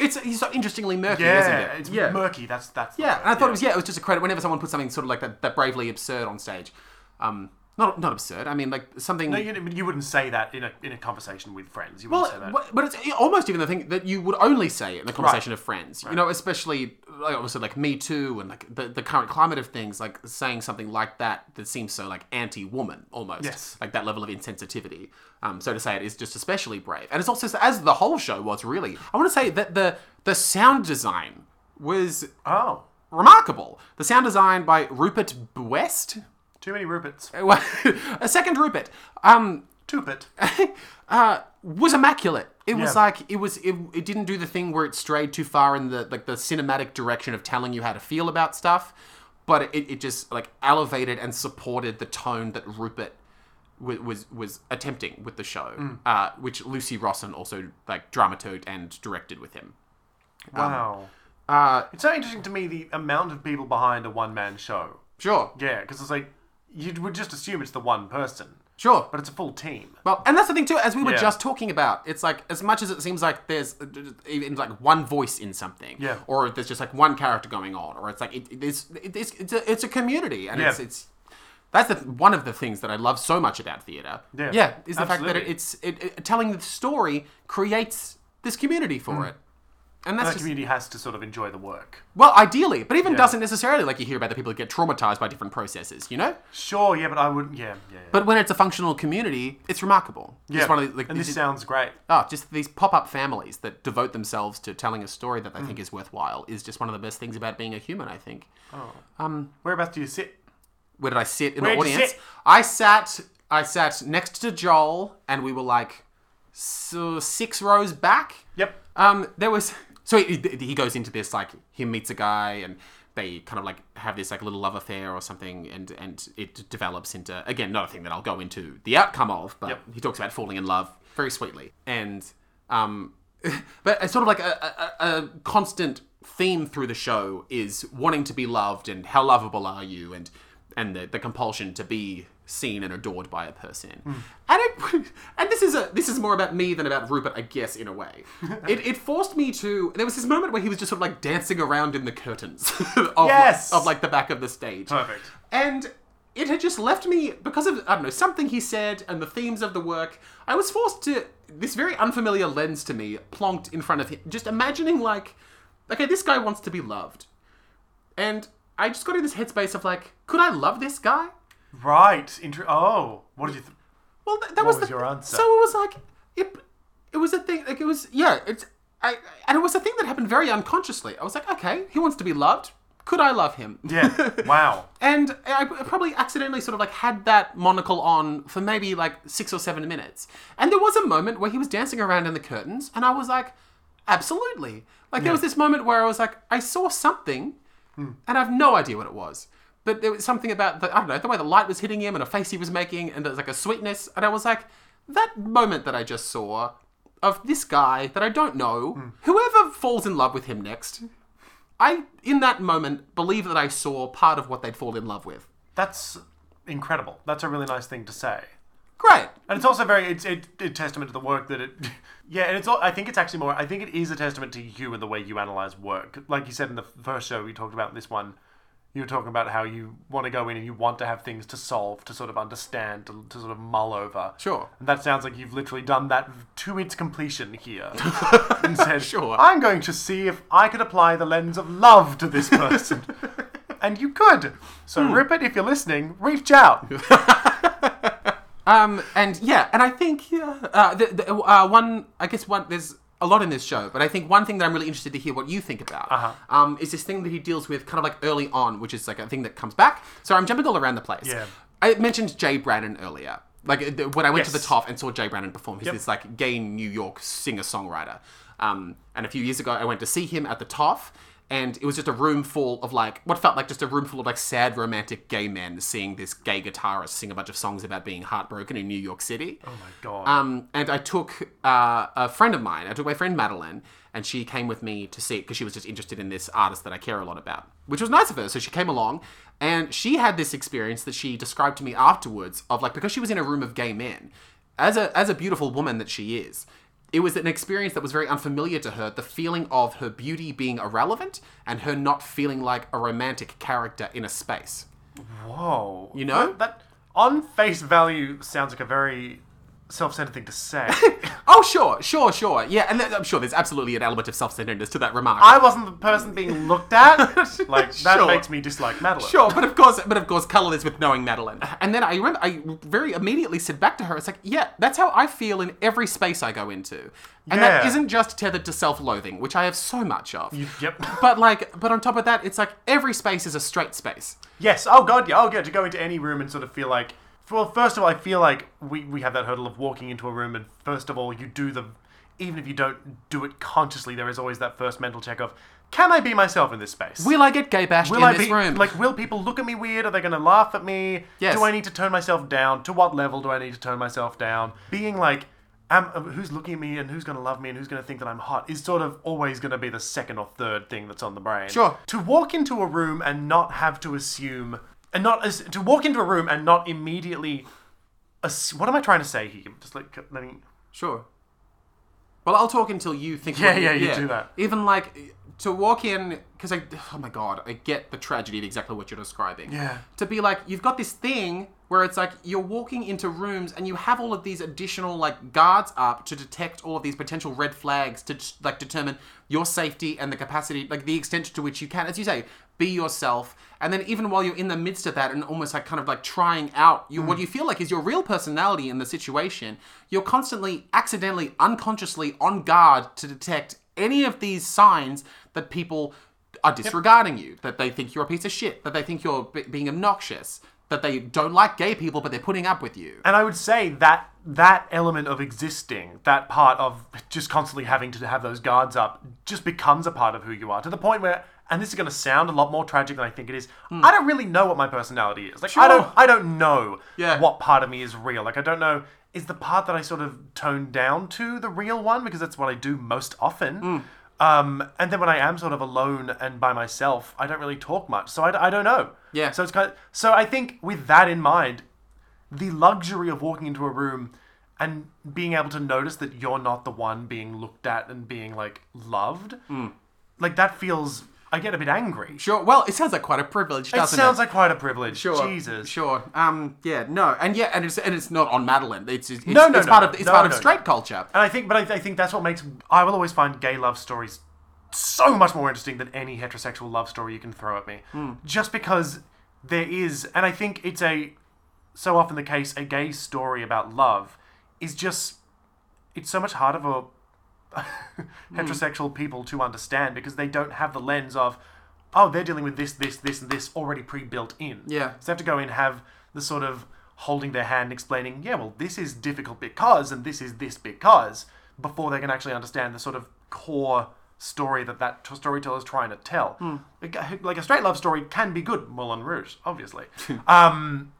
It's he's so interestingly murky, Yeah, isn't it's it? Yeah. murky. That's that's the yeah, word, and I thought it was yeah, it was just a credit whenever someone put something sort of like that, that bravely absurd on stage. Um not not absurd. I mean like something No, you, you wouldn't say that in a in a conversation with friends. You Well, wouldn't say that. but- but it's almost even the thing that you would only say in the conversation of friends. You know, especially like, obviously like Me Too and like the, the current climate of things, like saying something like that that seems so like anti-woman almost. Yes. Like that level of insensitivity. Um, so to say it is just especially brave, and it's also as the whole show was really. I want to say that the the sound design was oh, remarkable. The sound design by Rupert West. too many Ruperts. a second Rupert. Um, Tupit. uh, was immaculate. It was Yeah. like it was it, it didn't do the thing where it strayed too far in the like the cinematic direction of telling you how to feel about stuff, but it, it just like elevated and supported the tone that Rupert was was, was attempting with the show, uh, which Lucy Rosson also like dramaturged and directed with him. Wow. Uh, it's so interesting to me the amount of people behind a one man show. sure, Yeah, because it's like you would just assume it's the one person, sure. but it's a full team. Well, and that's the thing too, as we were Yeah. just talking about, it's like as much as it seems like there's uh, d- d- even like one voice in something, Yeah. or there's just like one character going on, or it's like it, it- it's, it, it's it's a it's a community, and it's Yeah. it's that's the, one of the things that I love so much about theater. Yeah. is the fact that it, Absolutely. it's it, it- telling the story creates this community for it, and that's Mm. That just community has to sort of enjoy the work. well, ideally, but even doesn't necessarily like you hear about the people who get traumatized by different processes, you know. Sure, yeah, but I wouldn't. Yeah, yeah. yeah. But when it's a functional community, it's remarkable. yeah. It's one of the, like, and this it's- sounds great. Oh, just these pop-up families that devote themselves to telling a story that they Hmm. think is worthwhile is just one of the best things about being a human, I think. Whereabouts do you sit? Where did I sit in Where'd the you audience? sit? I sat I sat next to Joel and we were like so six rows back. Yep. Um, there was so he, he goes into this like he meets a guy and they kind of like have this like little love affair or something, and and it develops into again not a thing that I'll go into the outcome of, but Yep. he talks about falling in love very sweetly, and um, but it's sort of like a, a, a constant theme through the show is wanting to be loved and how lovable are you and and the, the compulsion to be seen and adored by a person and it, and this is a this is more about me than about Rupert I guess in a way it, it forced me to there was this moment where he was just sort of like dancing around in the curtains of, Yes! of like the back of the stage Perfect. and it had just left me because of I don't know something he said and the themes of the work. I was forced to this very unfamiliar lens to me plonked in front of him, just imagining like, okay, this guy wants to be loved, and I just got in this headspace of like, could I love this guy? Right. Inter- oh, what did you? Th- Well, th- that was, was the, your answer? So it was like it. It was a thing. Like it was yeah. It's I and it was a thing that happened very unconsciously. I was like, okay, he wants to be loved. Could I love him? yeah. Wow. And I probably accidentally sort of like had that monocle on for maybe like six or seven minutes. And there was a moment where he was dancing around in the curtains, and I was like, absolutely. Like there was this moment where I was like, I saw something, and I have no idea what it was. But there was something about the I don't know the way the light was hitting him and a face he was making, and there was like a sweetness, and I was like, that moment that I just saw of this guy that I don't know, whoever falls in love with him next, I, in that moment, believe that I saw part of what they'd fall in love with. That's incredible. That's a really nice thing to say. Great. And it's also very it's it, a testament to the work that it. Yeah, and it's all. I think it's actually more. I think it is a testament to you and the way you analyze work. Like you said in the first show, we talked about this one. You were talking about how you want to go in and you want to have things to solve, to sort of understand, to, to sort of mull over. Sure. And that sounds like you've literally done that to its completion here. and said, Sure. I'm going to see if I could apply the lens of love to this person. and you could. So, Hmm. Rupert, if you're listening, reach out. Um, and yeah, and I think yeah, uh, the, the, uh, one, I guess one, there's a lot in this show, but I think one thing that I'm really interested to hear what you think about um, is this thing that he deals with kind of like early on, which is like a thing that comes back. So I'm jumping all around the place. Yeah. I mentioned Jay Brannon earlier. Like uh, th- when I went to Yes. the top and saw Jay Brannon perform, he's this like gay New York singer songwriter. Um, and a few years ago, I went to see him at the TOF, and it was just a room full of like what felt like just a room full of like sad romantic gay men seeing this gay guitarist sing a bunch of songs about being heartbroken in New York City. Oh my God. Um, and I took uh, a friend of mine, I took my friend Madeline, and she came with me to see it because she was just interested in this artist that I care a lot about, which was nice of her. So she came along and she had this experience that she described to me afterwards of like, because she was in a room of gay men, as a, as a beautiful woman that she is, it was an experience that was very unfamiliar to her the feeling of her beauty being irrelevant and her not feeling like a romantic character in a space. Whoa. You know? That, that on face value sounds like a very self centered thing to say. Oh, sure, sure, sure. Yeah, and th- I'm sure there's absolutely an element of self centeredness to that remark. I wasn't the person being looked at. Like, that Sure. makes me dislike Madeline. Sure, but of course, but of course, color is with knowing Madeline. And then I remember, I very immediately said back to her, "It's like, yeah, that's how I feel in every space I go into, and that Yeah. isn't just tethered to self-loathing, which I have so much of. You- yep. But like, but on top of that, it's like every space is a straight space. Yes. Oh, God, yeah. Oh, yeah. To go into any room and sort of feel like. Well, first of all, I feel like we, we have that hurdle of walking into a room, and first of all, you do the. Even if you don't do it consciously, there is always that first mental check of, can I be myself in this space? Will I get gay bashed Will in I this be room? like? Will people look at me weird? Are they going to laugh at me? Yes. Do I need to tone myself down? To what level do I need to tone myself down? Being like, am, um, who's looking at me and who's going to love me and who's going to think that I'm hot is sort of always going to be the second or third thing that's on the brain. Sure. To walk into a room and not have to assume, and not as, to walk into a room and not immediately. Ass- what am I trying to say here? Just like let me. Sure. Well, I'll talk until you think. Yeah, what yeah, you do that. Even like to walk in because I, oh my god, I get the tragedy of exactly what you're describing. Yeah. To be like, you've got this thing where it's like you're walking into rooms and you have all of these additional like guards up to detect all of these potential red flags to like determine your safety and the capacity, like the extent to which you can, as you say, be yourself. And then even while you're in the midst of that and almost like kind of like trying out you, what you feel like is your real personality in the situation, you're constantly accidentally, unconsciously on guard to detect any of these signs that people are disregarding you, that they think you're a piece of shit, that they think you're b- being obnoxious, that they don't like gay people but they're putting up with you. And I would say that that element of existing, that part of just constantly having to have those guards up, just becomes a part of who you are to the point where, and this is going to sound a lot more tragic than I think it is. I don't really know what my personality is. Like I don't, Hmm. Sure. I don't know Yeah. what part of me is real. Like I don't know is the part that I sort of tone down to the real one because that's what I do most often. Hmm. Um, and then when I am sort of alone and by myself, I don't really talk much, so I, d- I don't know. Yeah. So it's kind of, so I think with that in mind, the luxury of walking into a room and being able to notice that you're not the one being looked at and being like loved, Mm. like that feels. I get a bit angry. Sure. Well, it sounds like quite a privilege, It doesn't it? sounds like quite a privilege. Sure. Jesus. Sure. Um. Yeah. No. And yeah. And it's and it's not on Madeline. It's it's, No, no, it's no. part of it's No, part no, of no. straight culture. And I think, but I, I think that's what makes I will always find gay love stories so much more interesting than any heterosexual love story you can throw at me. Mm. Just because there is, and I think it's a so often the case, a gay story about love is just it's so much harder for heterosexual people to understand because they don't have the lens of oh they're dealing with this this this and this already pre-built in Yeah. so they have to go in have the sort of holding their hand and explaining yeah well this is difficult because and this is this because before they can actually understand the sort of core story that that t- storyteller's trying to tell Like- like a straight love story can be good moulin rouge obviously um,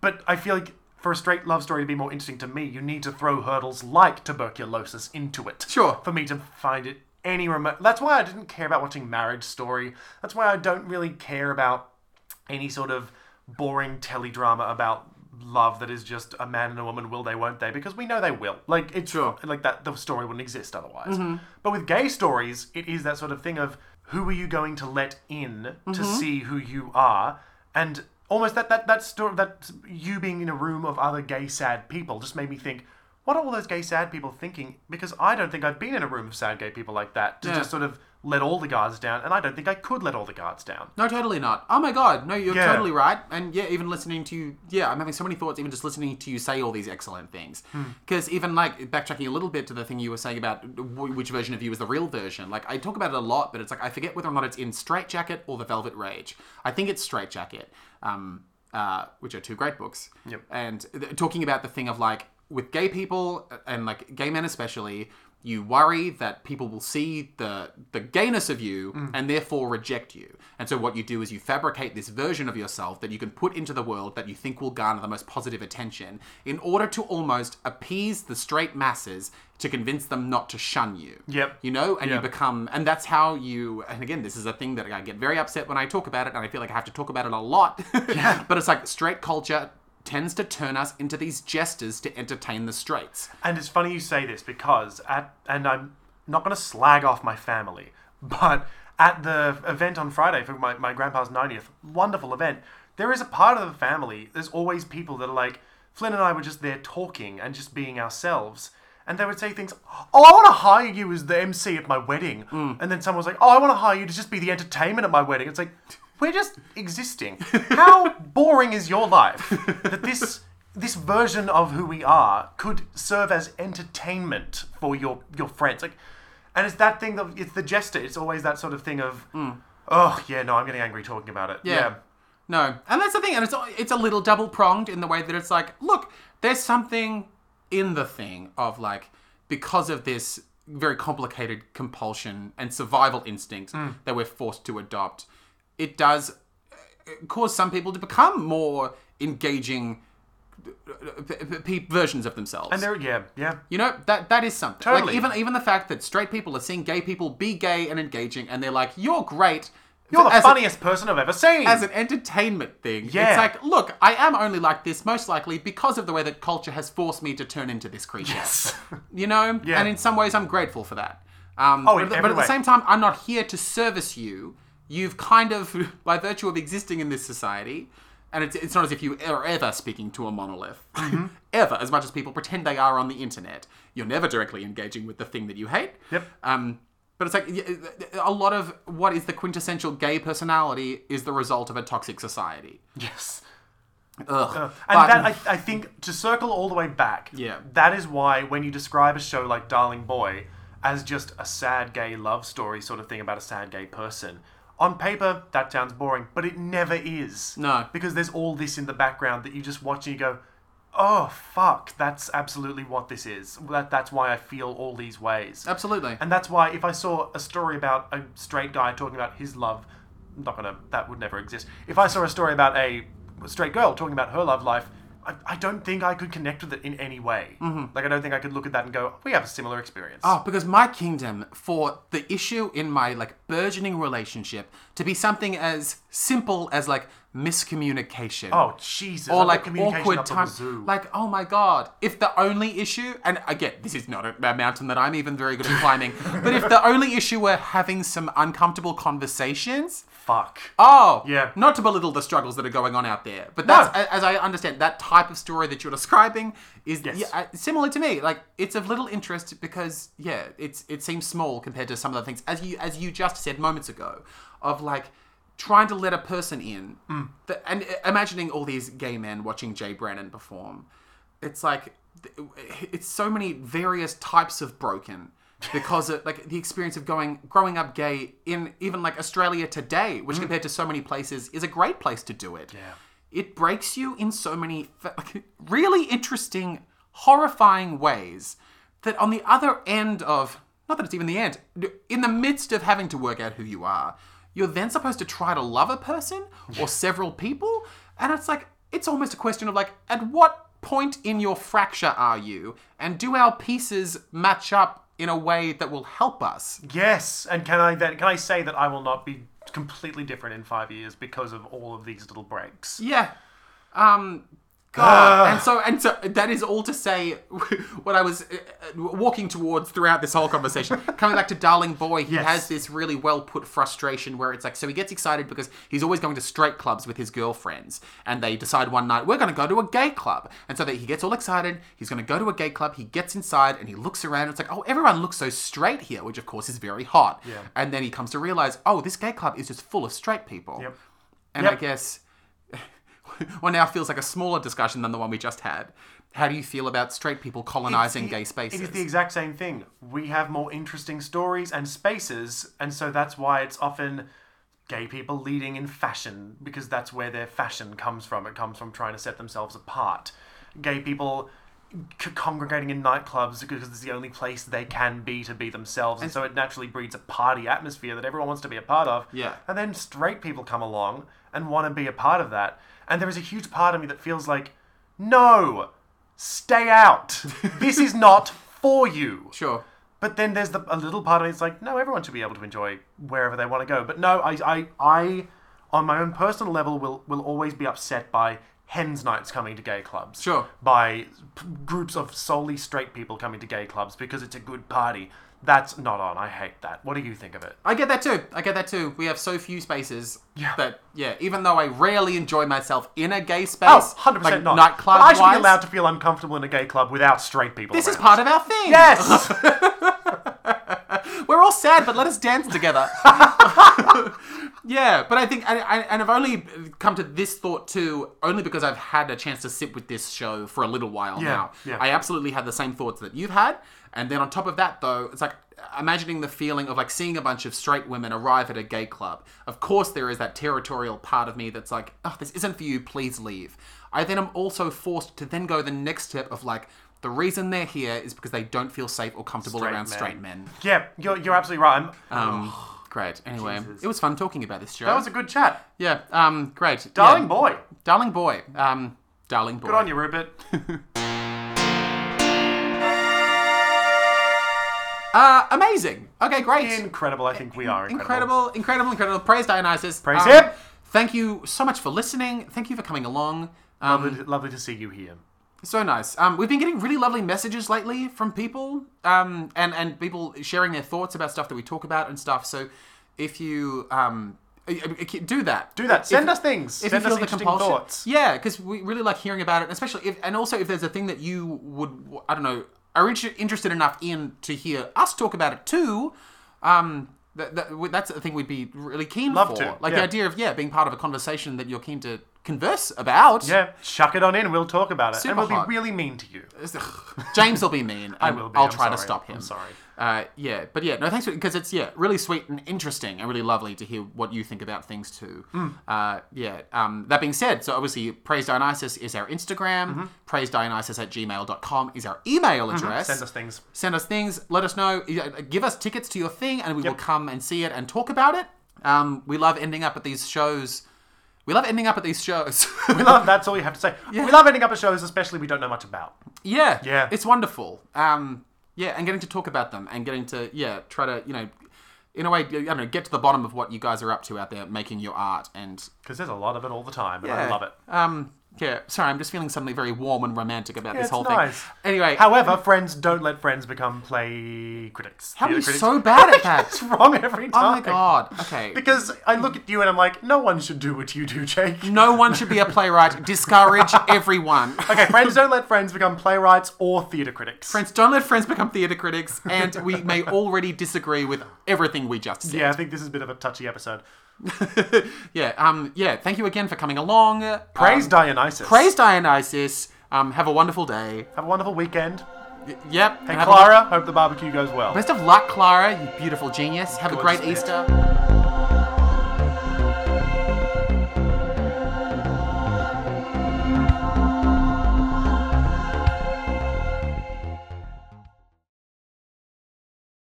but I feel like for a straight love story to be more interesting to me, you need to throw hurdles like tuberculosis into it. Sure. For me to find it any remote. That's why I didn't care about watching Marriage Story. That's why I don't really care about any sort of boring teledrama about love that is just a man and a woman will they won't they because we know they will like it's Sure. Mm-hmm. like that the story wouldn't exist otherwise but with gay stories it is that sort of thing of who are you going to let in Mm-hmm. to see who you are and almost that that that story that you being in a room of other gay sad people just made me think what are all those gay sad people thinking because i don't think i've been in a room of sad gay people like that to Yeah. just sort of let all the guards down and i don't think i could let all the guards down No, totally not. Oh my god, no, you're Yeah. totally right. And yeah, even listening to you, yeah, I'm having so many thoughts even just listening to you say all these excellent things. Hmm. Because even like backtracking a little bit to the thing you were saying about w- which version of you is the real version, like I talk about it a lot, but it's like I forget whether or not it's in Straight Jacket or The Velvet Rage. I think it's Straight Jacket, um, uh, which are two great books. Yep. And th- talking about the thing of like with gay people uh, and like gay men especially. You worry that people will see the the gayness of you Mm. and therefore reject you. And so what you do is you fabricate this version of yourself that you can put into the world that you think will garner the most positive attention in order to almost appease the straight masses to convince them not to shun you. Yep. You know, and Yeah. you become and that's how you and again this is a thing that I get very upset when I talk about it and I feel like I have to talk about it a lot. but it's like straight culture tends to turn us into these jesters to entertain the straights. And it's funny you say this because at and I'm not going to slag off my family, but at the event on Friday for my, my grandpa's 90th, wonderful event, there is a part of the family, there's always people that are like, Flynn and I were just there talking and just being ourselves. And they would say things, oh, I want to hire you as the MC at my wedding. And then someone was like, oh, I want to hire you to just be the entertainment at my wedding. It's like, we're just existing. How boring is your life that this this version of who we are could serve as entertainment for your your friends like and it's that thing that it's the jester it's always that sort of thing of oh yeah no i'm getting angry talking about it yeah, No, and that's the thing, and it's it's a little double pronged in the way that it's like, look, there's something in the thing of like because of this very complicated compulsion and survival instinct Hmm. that we're forced to adopt, it does uh, cause some people to become more engaging uh, p- p- p- versions of themselves. and there yeah yeah You know that that is something. Totally. Like even even the fact that straight people are seeing gay people be gay and engaging, and they're like, "You're great." you're the as a- funniest person i've ever seen as an entertainment thing. Yeah. It's like, look, I am only like this most likely because of the way that culture has forced me to turn into this creature. You know? Yeah. Oh, And in some ways, I'm grateful for that. Um, in but, but every at way. the same time, I'm not here to service you. You've kind of, by virtue of existing in this society, and it's, it's not as if you are ever speaking to a monolith, Mm-hmm. ever, as much as people pretend they are on the internet. You're never directly engaging with the thing that you hate. Yep. Um, but it's like y- a lot of what is the quintessential gay personality is the result of a toxic society. yes Ugh. And But- that I, I think to circle all the way back, Yeah. that is why when you describe a show like Darling Boy as just a sad gay love story sort of thing about a sad gay person, on paper that sounds boring, but it never is. No. Because there's all this in the background that you just watch and you go, oh fuck, that's absolutely what this is. That that's why I feel all these ways. Absolutely. And that's why if I saw a story about a straight guy talking about his love, I'm not gonna that would never exist. If I saw a story about a straight girl talking about her love life, I, I don't think I could connect with it in any way. Mm-hmm. Like I don't think I could look at that and go, we have a similar experience. Oh, because my kingdom for the issue in my like burgeoning relationship to be something as simple as like miscommunication. Oh, Jesus! Or I've got like communication awkward up the time, wazoo. like oh my god! If the only issue, and again, this is not a, a mountain that I'm even very good at climbing, but if the only issue were having some uncomfortable conversations, fuck. Oh, Yeah. Not to belittle the struggles that are going on out there, but that's a- as I understand that type of story that you're describing is yeah, uh, similar to me. Like it's of little interest because yeah, it's it seems small compared to some of the things as you as you just said moments ago of like trying to let a person in Th- and uh, imagining all these gay men watching Jay Brennan perform. It's like th- it's so many various types of broken because of like the experience of going growing up gay in even like Australia today, which compared to so many places is a great place to do it. Yeah. It breaks you in so many f- like, really interesting, horrifying ways that on the other end of not that it's even the end, in the midst of having to work out who you are, you're then supposed to try to love a person or several people, and it's like it's almost a question of like at what point in your fracture are you? And do our pieces match up in a way that will help us? Yes, and can I then can I say that I will not be completely different in five years because of all of these little breaks? Yeah. Um. God. And so, and so, that is all to say what I was uh, uh, walking towards throughout this whole conversation. Coming back to Darling Boy, he has this really well put frustration where it's like, so he gets excited because he's always going to straight clubs with his girlfriends, and they decide one night we're going to go to a gay club, and so that he gets all excited, he's going to go to a gay club. He gets inside and he looks around. It's like, oh, everyone looks so straight here, which of course is very hot. Yeah. And then he comes to realize, oh, this gay club is just full of straight people. Yep. And I Yep. guess what now feels like a smaller discussion than the one we just had. How do you feel about straight people colonizing It- gay It spaces? is the exact same thing. We have more interesting stories and spaces, and so that's why it's often gay people leading in fashion because that's where their fashion comes from. It comes from trying to set themselves apart. Gay people c- congregating in nightclubs because it's the only place they can be to be themselves, and so it naturally breeds a party atmosphere that everyone wants to be a part of. Yeah. And then straight people come along and want to be a part of that. And there is a huge part of me that feels like, no, stay out. this is not for you. sure. But then there's the, a little part of me that's like, no, everyone should be able to enjoy wherever they want to go. But no, I, I, I on my own personal level, will, will always be upset by hens nights coming to gay clubs. Sure. By p- groups of solely straight people coming to gay clubs because it's a good party. That's not on. I hate that. What do you think of it? I get that too. I get that too. We have so few spaces Yeah. that, yeah, even though I rarely enjoy myself in a gay space, Oh, 100% like not. nightclub But I should wise, be allowed to feel uncomfortable in a gay club without straight people. This is around. part of our thing. Yes! We're all sad, but let us dance together. yeah, but I think, I, I, and I've only come to this thought too, only because I've had a chance to sit with this show for a little while now. yeah. I absolutely had the same thoughts that you've had. And then on top of that, though, it's like imagining the feeling of like seeing a bunch of straight women arrive at a gay club. Of course, there is that territorial part of me that's like, oh, this isn't for you, please leave. I then am also forced to then go the next step of like, the reason they're here is because they don't feel safe or comfortable Straight around men. straight men. yeah, you're, you're absolutely right. I'm, Um, great. Anyway, Jesus. it was fun talking about this show. that was a good chat. yeah. Um, great. Darling Uh-huh. Yeah. boy. Darling boy. Um, darling boy. Good on you, Rupert. Uh, amazing. Okay, great. incredible. I think we are incredible, incredible. incredible, incredible. Praise Dionysus. Um, Praise him. Thank you so much for listening. Thank you for coming along. Um, Lovely, lovely to see you here. so nice. Um, we've been getting really lovely messages lately from people, um, and and people sharing their thoughts about stuff that we talk about and stuff. So, if you um, I- I- I- do that, Do that. Send us things. if Send you feel us the interesting compulsion, thoughts. yeah, because we really like hearing about it, and especially if, and also if there's a thing that you would, I don't know, are inter- interested enough in to hear us talk about it too. Um, that, that, that's a thing we'd be really keen Love for. to, like the yeah. idea of yeah, being part of a conversation that you're keen to converse about. Yeah, chuck it on in. We'll talk about it, Super and we'll hot. be really mean to you. James will be mean. I will be, I'll I'm try to sorry. stop him. I'm sorry. Uh, yeah, but yeah, no, thanks because it's yeah really sweet and interesting and really lovely to hear what you think about things too. Mm. Uh, yeah. Um, that being said, so obviously praise Dionysus is our Instagram. Mm-hmm. Praise Dionysus at gmail.com is our email address. Send us things. Send us things. Let us know. yeah, uh, Give us tickets to your thing, and we will come and see it and talk about it. Um, we love ending up at these shows. We love ending up at these shows. We love. That's all you have to say. We love ending up at shows, especially we don't know much about. Yeah. Yeah. It's wonderful. Um, yeah, and getting to talk about them and getting to, yeah, try to, you know, in a way, I don't know, get to the bottom of what you guys are up to out there making your art and. Because there's a lot of it all the time, and I love it. Um, yeah, sorry, I'm just feeling suddenly very warm and romantic about this it's whole nice. thing. Anyway, However, friends don't let friends become play critics. how are theatre you critics. so bad at that? It's wrong every oh my time. god. Okay. Because I look at you and I'm like, no one should do what you do, Jake. No one should be a playwright. Discourage everyone. Okay, friends don't let friends become playwrights or theatre critics. Friends, don't let friends become theatre critics, and we may already disagree with everything we just said. yeah, I think this is a bit of a touchy episode. yeah, um, yeah. Thank you again for coming along. Praise Dionysus. Um, Praise Dionysus. Um, have a wonderful day. Have a wonderful weekend. Y- yep. Hey, and have a- Clara, hope the barbecue goes well. Best of luck, Clara. You beautiful genius. Have a Gorgeous great bitch. Easter.